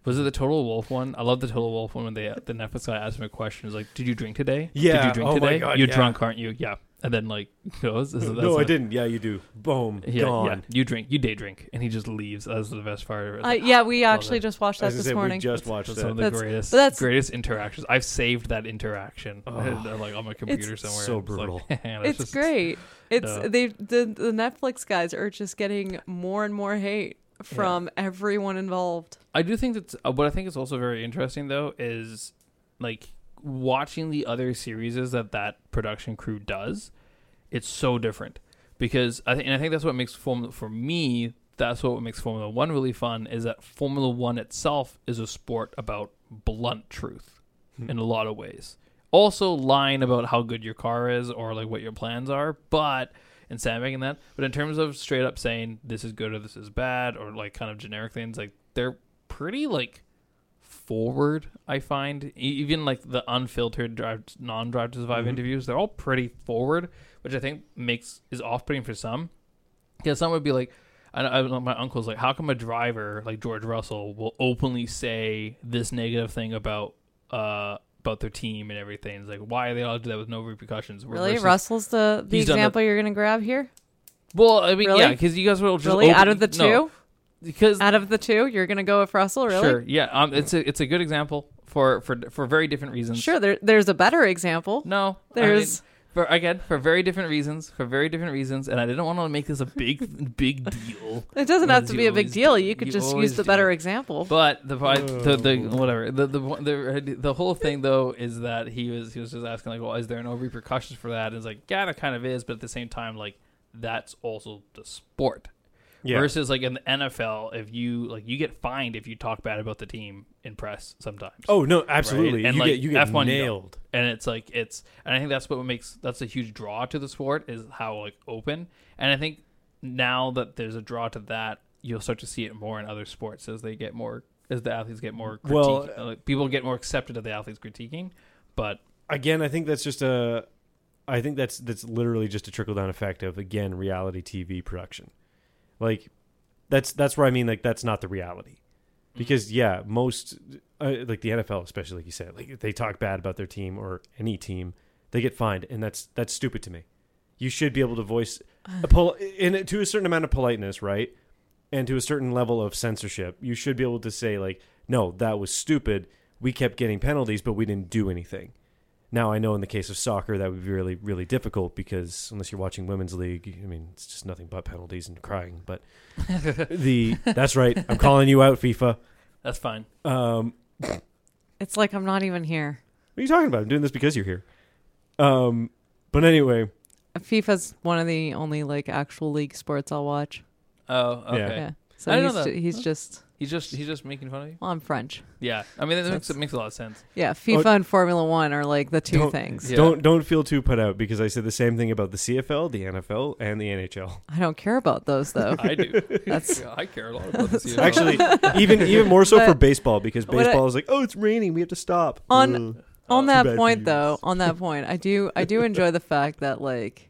Was it the Total Wolf one? I love the Total Wolf one when they the Netflix guy asked him a question. He's like, "Did you drink today? Did Yeah. you drink Oh my today? God, You're yeah. drunk, aren't you? Yeah." And then like goes, "Is it- that's no, I not- didn't. Yeah, you do. Boom. Yeah, gone. yeah. You drink. You day drink." And he just leaves. That's the best part. I, yeah, we actually it. just watched I that was gonna this say, morning. we just watched That's that. one of the That's- greatest, but that's- greatest interactions. I've saved that interaction. They're like on my computer somewhere. so It's like, brutal. that's it's just- great. It's No. they the the Netflix guys are just getting more and more hate from everyone involved. I do think that's uh, what I think is also very interesting though is like watching the other series that that production crew does. It's so different because I think and I think that's what makes Formula for me. That's what makes Formula One really fun is that Formula One itself is a sport about blunt truth in a lot of ways. Also, lying about how good your car is or like what your plans are, but and sandbagging that. But in terms of straight up saying this is good or this is bad or like kind of generic things, like they're pretty like forward. I find E- even like the unfiltered drive, non-drive to survive interviews, they're all pretty forward, which I think makes is off-putting for some. Because some would be like, I, I, my uncle's like, how come a driver like George Russell will openly say this negative thing about uh about their team and everything? It's like, why are they allowed to do that with no repercussions? Really, Versus- Russell's the the He's done example you're gonna grab here. Well, I mean, Really? yeah, because you guys will just Really, open- out of the two, no, because out of the two, you're gonna go with Russell. Really, sure, yeah, um, it's a it's a good example for for for very different reasons. Sure, there, there's a better example. No, I mean, There's- for again for very different reasons, for very different reasons, and I didn't want to make this a big big deal. It doesn't have Because to you be a big always deal. do. You could You just use always the do. better example. But the vi- the, the whatever the, the the the whole thing though is that he was he was just asking like, well, is there no repercussions for that? And it's like, yeah, there kind of is, but at the same time, like that's also the sport. Yeah. Versus like in the NFL, if you like you get fined if you talk bad about the team in press sometimes. Oh no, absolutely. And you like get you F1 get you don't. nailed. and it's like it's and i think that's what makes that's a huge draw to the sport is how like open and i think now that there's a draw to that you'll start to see it more in other sports as they get more as the athletes get more critique, Well- like, people get more accepted of the athletes critiquing but Again, I think that's just a I think that's that's literally just a trickle down effect of again reality TV production. Like that's that's where I mean like that's not the reality. Because yeah, most uh, like the NFL especially like you said, like if they talk bad about their team or any team, they get fined and that's that's stupid to me. You should be able to voice a pol- in to a certain amount of politeness, right? and to a certain level of censorship, you should be able to say like, "No, that was stupid. We kept getting penalties, but we didn't do anything." Now I know in the case of soccer that would be really really difficult because unless you're watching women's league, I mean it's just nothing but penalties and crying. But the that's right, I'm calling you out, FIFA. that's fine Um, It's like I'm not even here. what are you talking about? I'm doing this because you're here. Um, but anyway, FIFA's one of the only like actual league sports I'll watch. oh okay Yeah. Yeah, so I know he's, that. ju- he's just he's just he's just making fun of you well, I'm French. yeah i mean that makes, it makes a lot of sense Yeah, FIFA and Formula One are like the 2 Don't- things. Yeah. don't don't feel too put out because I said the same thing about the CFL, the NFL, and the NHL. I don't care about those though. i do That's Yeah, i care a lot about this you know. Actually, even even more so for But- baseball because What I- baseball is like, oh, it's raining, we have to stop. Mm. On- Ugh. on Too bad that for point you. though on that point i do i do enjoy the fact that like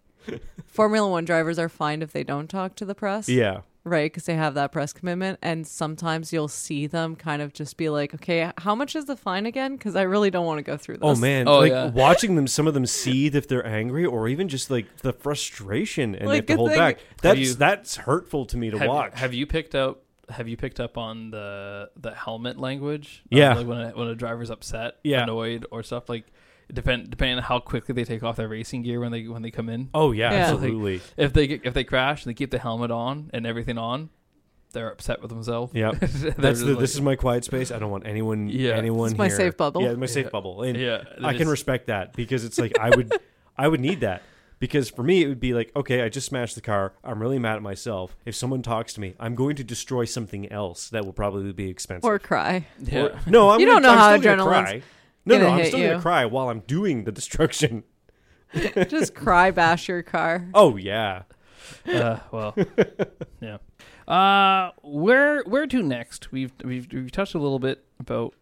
formula one drivers are fined if they don't talk to the press yeah, right? Because they have that press commitment. And sometimes you'll see them kind of just be like, okay, how much is the fine again? Because I really don't want to go through this. Oh man, Oh, like yeah. watching them, some of them seethe if they're angry, or even just like the frustration and they Like, have to it's hold like- back. That's you- that's hurtful to me to have, watch. have you picked up? Have you picked up on the the helmet language? of, Yeah. like when a, when a driver's upset, Yeah. annoyed, or stuff like depend depending on how quickly they take off their racing gear when they when they come in. oh yeah, Yeah. absolutely. If they get- if they crash and they keep the helmet on and everything on, they're upset with themselves. Yeah, They're that's just the, like- this is my quiet space. I don't want anyone. Yeah. anyone. It's my here. safe bubble. Yeah, my safe bubble. And yeah. I they're can just- respect that because it's like I would I would need that. Because for me it would be like, okay, I just smashed the car. I'm really mad at myself. If someone talks to me, I'm going to destroy something else that will probably be expensive. Or cry. yeah. Or- no, I'm You gonna, don't know I'm how still gonna adrenaline's cry. No, no, gonna I'm hit still you. gonna cry while I'm doing the destruction. just cry bash your car. Oh yeah. uh, well, yeah. Uh, where where to next? We've, we've we've touched a little bit about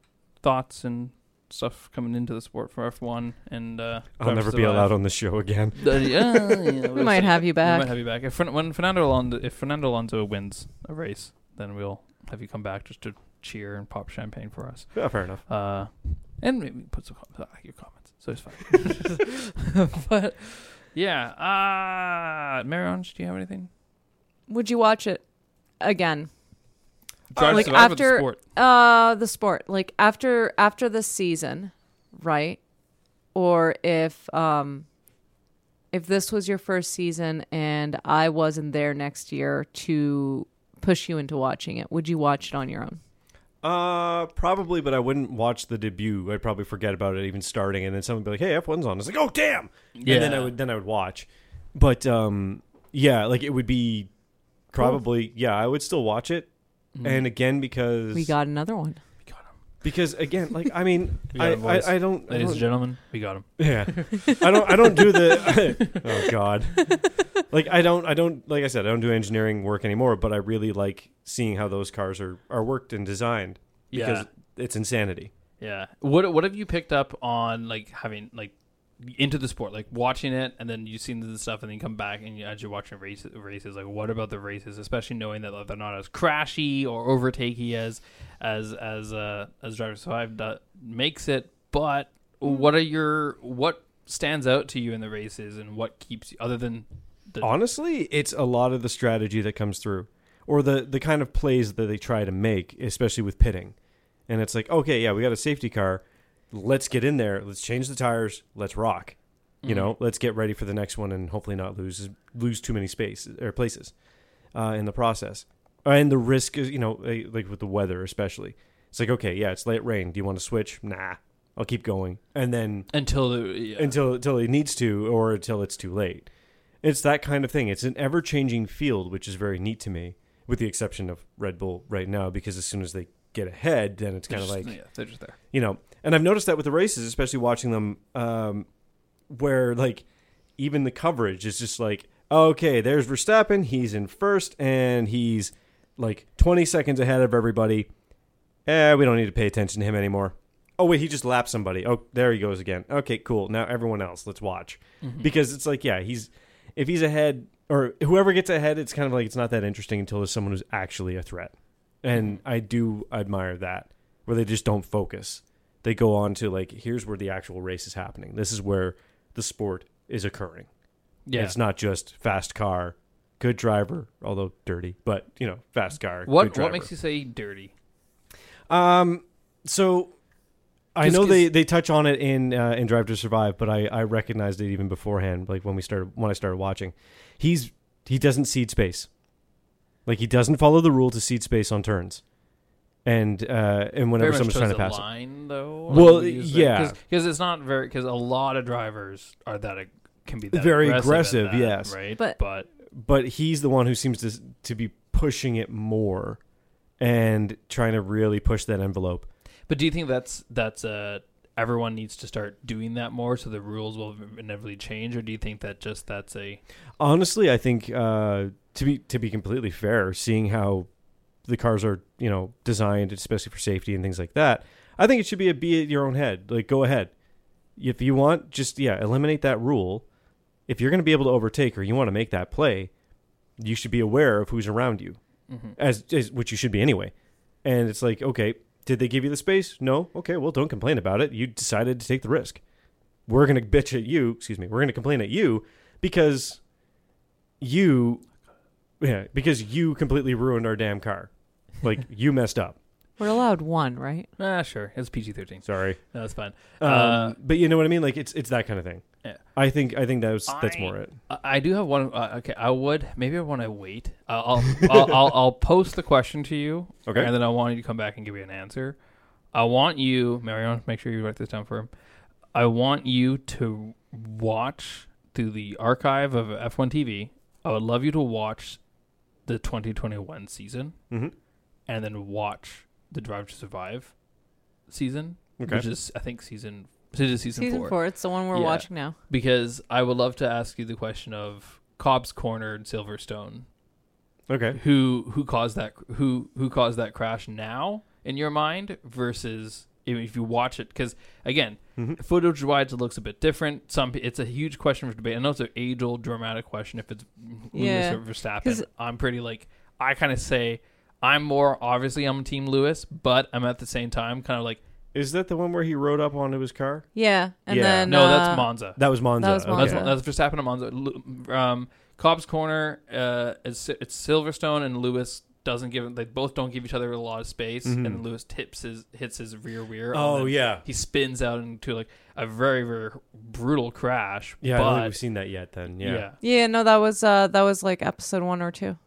thoughts and stuff coming into the sport for F one, and uh, I'll never be allowed on the show again. yeah, yeah, We might have you We back. might have you back. If Fern- when Fernando Alonso, if Fernando Alonso wins a race, then we'll have you come back just to cheer and pop champagne for us. Yeah, fair enough. Uh, and maybe put some com- uh, your comments, so it's fine. but yeah, uh, Marange, do you have anything? Would you watch it again? Drive like to Survive with the after- sport. Uh, the sport. Like after after the season, right? Or if um if this was your first season and I wasn't there next year to push you into watching it, would you watch it on your own? Uh probably, but I wouldn't watch the debut. I'd probably forget about it even starting and then someone would be like, Hey, F one's on. It's like, Oh damn. Yeah. And then I would then I would watch. But um yeah, like it would be probably yeah, I would still watch it. Mm-hmm. And again because Mm-hmm. We got another one. We got him, because again, like I mean We got I, a voice. I, I don't I ladies and don't- gentlemen. We got him. Yeah. I don't I don't do the Oh god. Like I don't I don't like I said, I don't do engineering work anymore, but I really like seeing how those cars are are worked and designed because it's insanity. yeah. What What have you picked up on like having like into the sport, like watching it, and then you've seen the stuff, and then you come back and you, as you're watching races, races, like what about the races, especially knowing that like, they're not as crashy or overtakey as as as uh, as Driver to Survive do- makes it. But Mm. what are your what stands out to you in the races, and what keeps you other than the honestly it's a lot of the strategy that comes through or the the kind of plays that they try to make especially with pitting and it's like okay yeah we got a safety car let's get in there let's change the tires let's rock you know let's get ready for the next one and hopefully not lose lose too many spaces or places uh, in the process Uh, and the risk is you know eh, like with the weather especially it's like okay yeah it's late rain do you want to switch nah i'll keep going and then until the yeah. until until it needs to or until it's too late. It's that kind of thing. It's an ever changing field, which is very neat to me, with the exception of Red Bull right now, because as soon as they get ahead, then it's They're kind of just- like yeah, they're just there. you know. And I've noticed that with the races, especially watching them, um, where like even the coverage is just like, okay, there's Verstappen, he's in first, and he's like 20 seconds ahead of everybody. Eh, we don't need to pay attention to him anymore. Oh wait, he just lapped somebody. Oh, there he goes again. Okay, cool. Now everyone else, let's watch Mm-hmm. because it's like, yeah, he's if he's ahead or whoever gets ahead, it's kind of like it's not that interesting until there's someone who's actually a threat. And I do admire that where they just don't focus. They go on to like, here's where the actual race is happening. This is where the sport is occurring. Yeah. It's not just fast car, good driver, although dirty, but you know, fast car. what good What driver. makes you say dirty? Um, so I 'Cause- know 'cause- they, they touch on it in uh, in Drive to Survive, but I, I recognized it even beforehand, like when we started when I started watching. He's he doesn't seed space, like he doesn't follow the rule to seed space on turns, and uh, and whenever Very much someone's trying to towards pass the it. line, though. Well, yeah. because it's not very because a lot of drivers are that ag- can be that Very aggressive, at that, aggressive, yes. right, But- but but he's the one who seems to to be pushing it more and trying to really push that envelope. but do you think that's that's uh everyone needs to start doing that more so the rules will inevitably change, or do you think that just that's a Honestly, I think uh, to be to be completely fair, seeing how the cars are you know designed, especially for safety and things like that, I think it should be a be at your own head. Like go ahead, if you want, just yeah, eliminate that rule. If you're going to be able to overtake or you want to make that play, you should be aware of who's around you as, as which you should be anyway. And it's like, okay, did they give you the space? No. Okay, well, don't complain about it. You decided to take the risk. We're gonna bitch at you. Excuse me. We're gonna complain at you because you, yeah, because you completely ruined our damn car. Like you messed up. We're allowed one, right? Ah, sure. It's PG thirteen. Sorry. No, that's fine. Um, Uh, but you know what I mean. Like it's it's that kind of thing. Yeah. I think I think that was that's I- more it. I, I do have one. Uh, okay, I would maybe I want to wait. Uh, I'll I'll, I'll I'll I'll post the question to you. Okay. and then I want you to come back and give me an answer. I want you, Marion, make sure you write this down for him. I want you to watch through the archive of F1 TV. I would love you to watch the 2021 season Mhm. and then watch the Drive to Survive season, Okay. which is, I think, season, season, season, Season four. It's the one we're Yeah. watching now. Because I would love to ask you the question of Cobb's Corner and Silverstone Okay. who who caused that who who caused that crash now in your mind versus if- if you watch it because again footage wise it looks a bit different some pe- it's a huge question for debate i know it's an age old dramatic question if it's lewis Yeah, or verstappen 'cause- i'm pretty like i kind of say i'm more obviously i'm team lewis but i'm at the same time kind of like Is that the one where he rode up onto his car? Yeah, and Yeah. then no that's uh, monza That was Monza. was okay. that's, Monza. that's verstappen and monza Lu- um cobb's corner uh it's, it's silverstone and lewis doesn't give they both don't give each other a lot of space and lewis tips his hits his rear wheel Mm-hmm. Oh and yeah. he spins out into like a very very brutal crash Yeah, I don't but, think we've seen that yet. Then, yeah, yeah. Yeah, no, that was uh that was like episode one or two.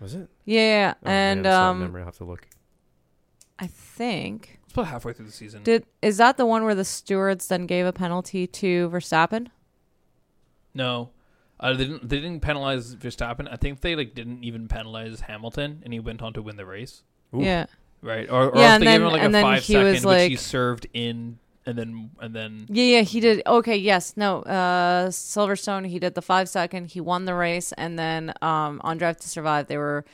was it? Yeah, yeah, Oh, and man, I'm sorry, um, memory. I have to look. I think it's about halfway through the season did is that the one where the stewards then gave a penalty to Verstappen? no uh, they didn't they didn't penalize verstappen i think they like didn't even penalize hamilton and he went on to win the race Ooh. Yeah, right or, or Yeah, else and they gave then- him like a and then five he second, was, which he like- served in and then and then yeah, yeah. He did. Okay, yes, no. Uh, Silverstone, he did the five second. He won the race, and then um on Drive to Survive, they were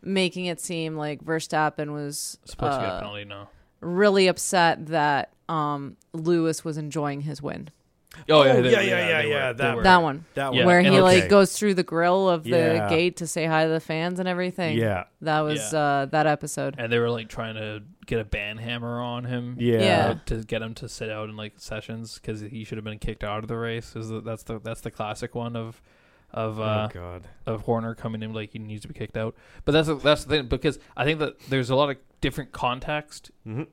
making it seem like Verstappen was supposed to get uh, a penalty no really upset that um Lewis was enjoying his win. Oh, Oh, yeah, they- yeah, yeah, they yeah, were- yeah, they that- were. That one. That Yeah, where and okay. he like goes through the grill of the Yeah. gate to say hi to the fans and everything. Yeah. that was Yeah. uh, that episode. And they were like trying to get a ban hammer on him. Yeah. Yeah. uh, to get him to sit out in like sessions because he should have been kicked out of the race. Is the, that's the that's the classic one of of uh, oh God. of Horner coming in like he needs to be kicked out. But that's the- that's the thing because I think that there's a lot of different context Mhm.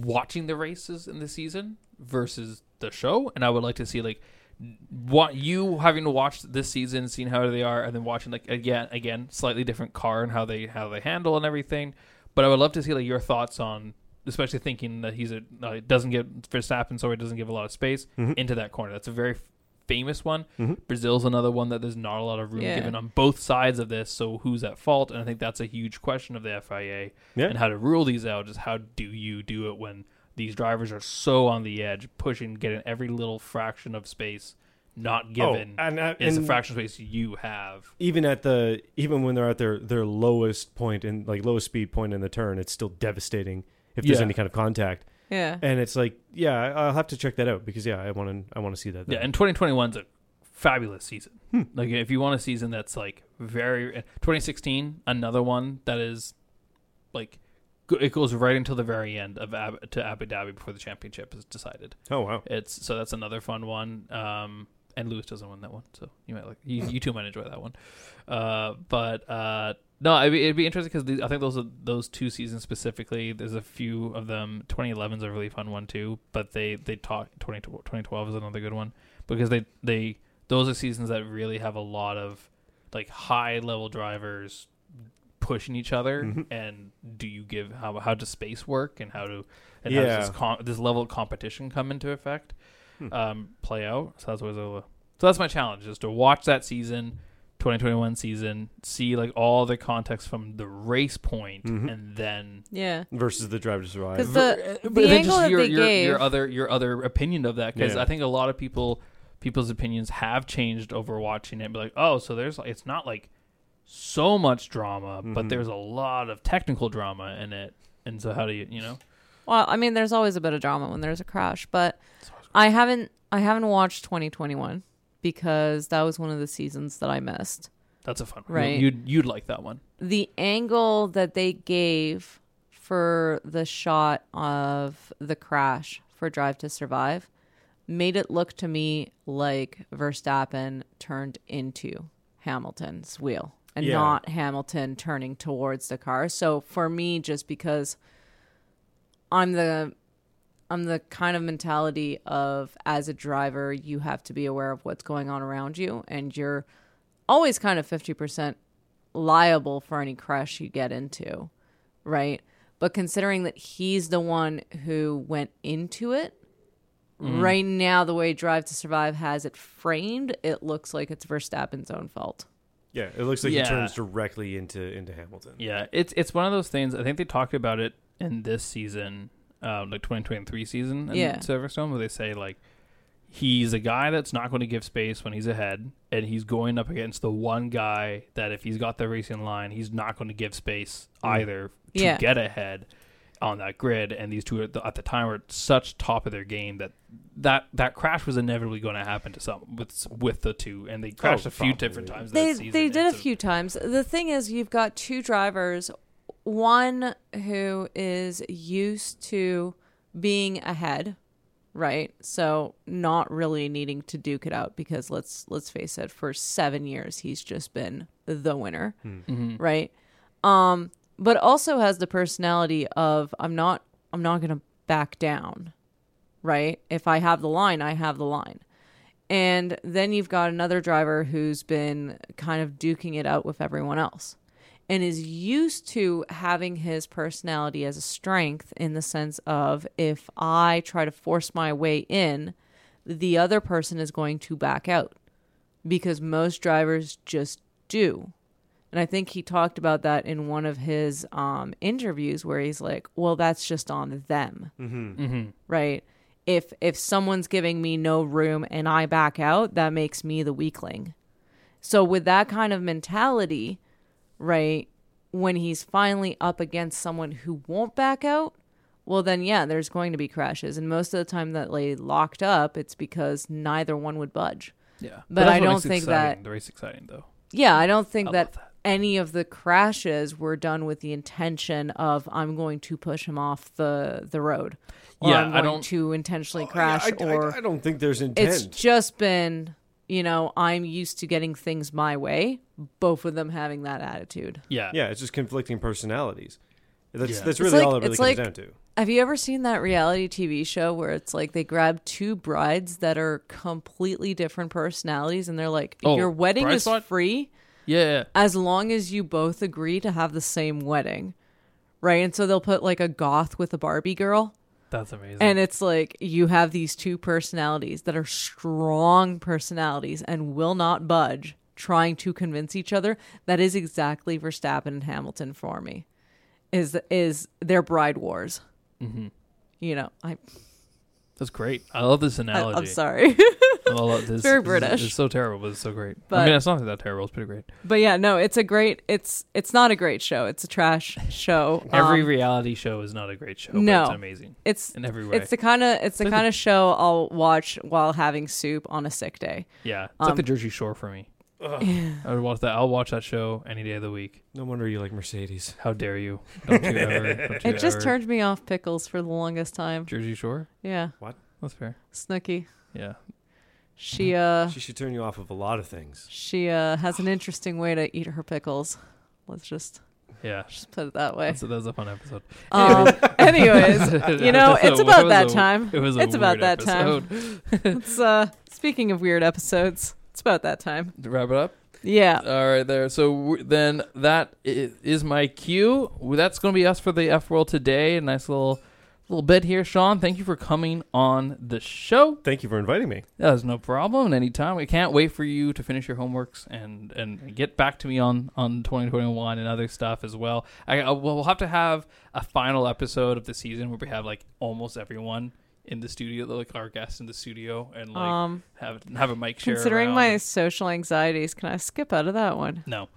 watching the races in the season versus the show, and I would like to see like what you having watched this season, seeing how they are, and then watching like again again slightly different car and how they how they handle and everything. But I would love to see like your thoughts on. Especially thinking that he's a uh, doesn't get Verstappen, so he doesn't give a lot of space Mm-hmm. into that corner. That's a very f- famous one. Brazil's another one that there's not a lot of room Yeah. given on both sides of this. So who's at fault? And I think that's a huge question of the FIA Yeah. and how to rule these out is how do you do it when these drivers are so on the edge, pushing, getting every little fraction of space not given and, uh, is the and- fraction of space you have. Even at the even when they're at their their lowest point in like lowest speed point in the turn, it's still devastating if there's Yeah. any kind of contact. Yeah, And it's like, yeah, I- I'll have to check that out because yeah, I want to I want to see that. Yeah, then. and 2021's a fabulous season. Like if you want a season that's like very 2016, another one that is like go- it goes right until the very end of Ab- to Abu Dhabi before the championship is decided. oh wow. It's so that's another fun one. Um, and Lewis doesn't win that one, so you might like you, you two might enjoy that one. Uh, but uh, no, it'd be, it'd be interesting because I think those are those two seasons specifically. There's a few of them. 2011's a really fun one too, but they they talk 20, 2012 is another good one because they they those are seasons that really have a lot of like high level drivers pushing each other and do you give how how does space work and how do and how Yeah. Hmm. does this, com- this level of competition come into effect um play out so that's always a so that's my challenge is to watch that season 2021 season see like all the context from the race point Mm-hmm. and then yeah. Versus the driver to Because survive. the but the then angle just that your, they your, gave, your other your other opinion of that because Yeah. I think a lot of people people's opinions have changed over watching it. Be like, oh, so there's like it's not like so much drama, Mm-hmm. but there's a lot of technical drama in it. And so how do you you know? well, I mean, there's always a bit of drama when there's a crash, but I haven't I haven't watched 2021 because that was one of the seasons that I missed. That's a fun one. Right. You'd you'd like that one. the angle that they gave for the shot of the crash for Drive to Survive made it look to me like Verstappen turned into Hamilton's wheel and Yeah. not Hamilton turning towards the car. So for me just because I'm the I'm the kind of mentality of as a driver, you have to be aware of what's going on around you, and you're always kind of 50% liable for any crash you get into, right? But considering that he's the one who went into it, right now, the way Drive to Survive has it framed, it looks like it's Verstappen's own fault. Yeah, it looks like Yeah. he turns directly into into Hamilton. Yeah, it's it's one of those things. I think they talked about it in this season, uh, like 2023 season in Yeah. Silverstone, where they say like he's a guy that's not going to give space when he's ahead, and he's going up against the one guy that if he's got the racing line, he's not going to give space either to Mm. Yeah. get ahead on that grid. And these two at the, at the time were at such top of their game that. That, that crash was inevitably going to happen to some with with the two, and they crashed a few probably. different times. they that season. they did a It's few times. The thing is, you've got two drivers, one who is used to being ahead, right? So not really needing to duke it out because let's let's face it, for seven years he's just been the winner, Hmm. right? Um, but also has the personality of I'm not I'm not gonna back down, right? If I have the line, I have the line. And then you've got another driver who's been kind of duking it out with everyone else and is used to having his personality as a strength in the sense of if I try to force my way in, the other person is going to back out because most drivers just do. And I think he talked about that in one of his um, interviews where he's like, well, that's just on them right if if someone's giving me no room and i back out that makes me the weakling so with that kind of mentality right when he's finally up against someone who won't back out well then yeah there's going to be crashes and most of the time that they locked up it's because neither one would budge Yeah, But that's I what don't makes it think exciting, that- the race exciting though. yeah i don't think I that, love that. any of the crashes were done with the intention of i'm going to push him off the the road or Yeah, i'm I going don't- Oh, to intentionally crash I, I- or I don't think there's it's intent. just been you know i'm used to getting things my way both of them having that attitude Yeah, yeah, it's just conflicting personalities. That's Yeah. that's really like- all it really it's comes like- down to. have you ever seen that reality tv show where it's like they grab two brides that are completely different personalities and they're like Oh, your wedding Bride is Squad? free yeah. as long as you both agree to have the same wedding right and so they'll put like a goth with a barbie girl That's amazing. And it's like you have these two personalities that are strong personalities and will not budge, trying to convince each other. That is exactly Verstappen and Hamilton for me. Is is their bride wars? You know, I, Mm-hmm. That's great. I love this I analogy. I'm sorry, I love this. This Very is- British. It's so terrible, but it's so great. I But- mean, it's not that terrible. It's pretty great. but yeah, no, it's a great. It's it's not a great show. It's a trash show. Every Um, reality show is not a great show. no. but it's amazing it's in every way. it's the kind of it's the kind of show I'll watch while having soup on a sick day. yeah, um, it's like the Jersey Shore for me. I would watch that. I'll watch that show any day of the week. No wonder you like Mercedes. How dare you? Don't you ever? Don't you It just ever. turned me off pickles for the longest time. Jersey Shore. Yeah, That's fair. Snooky. Yeah. She uh Mm-hmm. She should turn you off of a lot of things. she uh has an interesting way to eat her pickles. Let's just Yeah. just put it that way. That's, that was a fun episode. Um, anyways, you know, That's a- it's about was that a- time. It was a It's about weird that episode. time. It's uh speaking of weird episodes, it's about that time. Wrap it up. Yeah. All right, there. So w- then that i- is my cue. Well, That's going to be us for the F World today. A nice little little bit here, Sean. Thank you for coming on the show. Thank you for inviting me. That was no problem. Anytime. I can't wait for you to finish your homeworks and and get back to me on on 2021 and other stuff as well. I, I we'll have to have a final episode of the season where we have like almost everyone in the studio, like our guests in the studio, and like Um have have a mic share. considering around. my social anxieties, can I skip out of that one? no.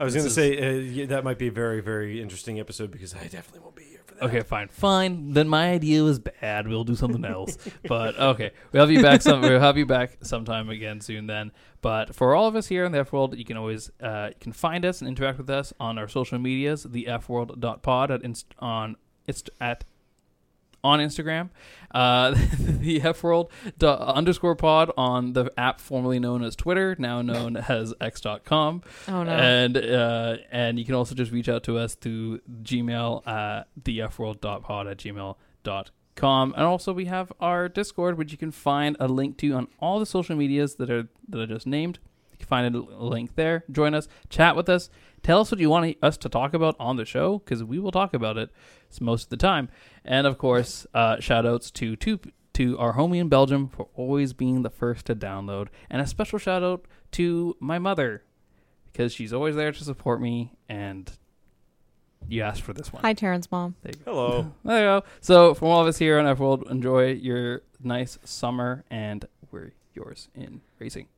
I was This going to is- say uh, yeah, that might be a very very interesting episode because I definitely won't be here for Okay, fine, fine. Then my idea was bad. We'll do something else. but okay, we'll have you back. Some we'll have you back sometime again soon. Then, but for all of us here in the F World, you can always uh, you can find us and interact with us on our social medias, the F World Pod at inst- on it's at on Instagram, uh, the F World underscore Pod on the app formerly known as Twitter, now known as X.com. Oh no. And uh, and you can also just reach out to us through Gmail at thefworld.pod at gmail.com. And also we have our Discord, which you can find a link to on all the social medias that are that I just named. You can find a l- link there. Join us, chat with us, tell us what you want us to talk about on the show, because we will talk about it s- most of the time. And of course, uh, shout outs to two to our homie in Belgium for always being the first to download. And a special shout out to my mother, because she's always there to support me and you asked for this one. Hi, Taryn's mom. Hello. There you go. So from all of us here on F World, enjoy your nice summer and we're yours in racing.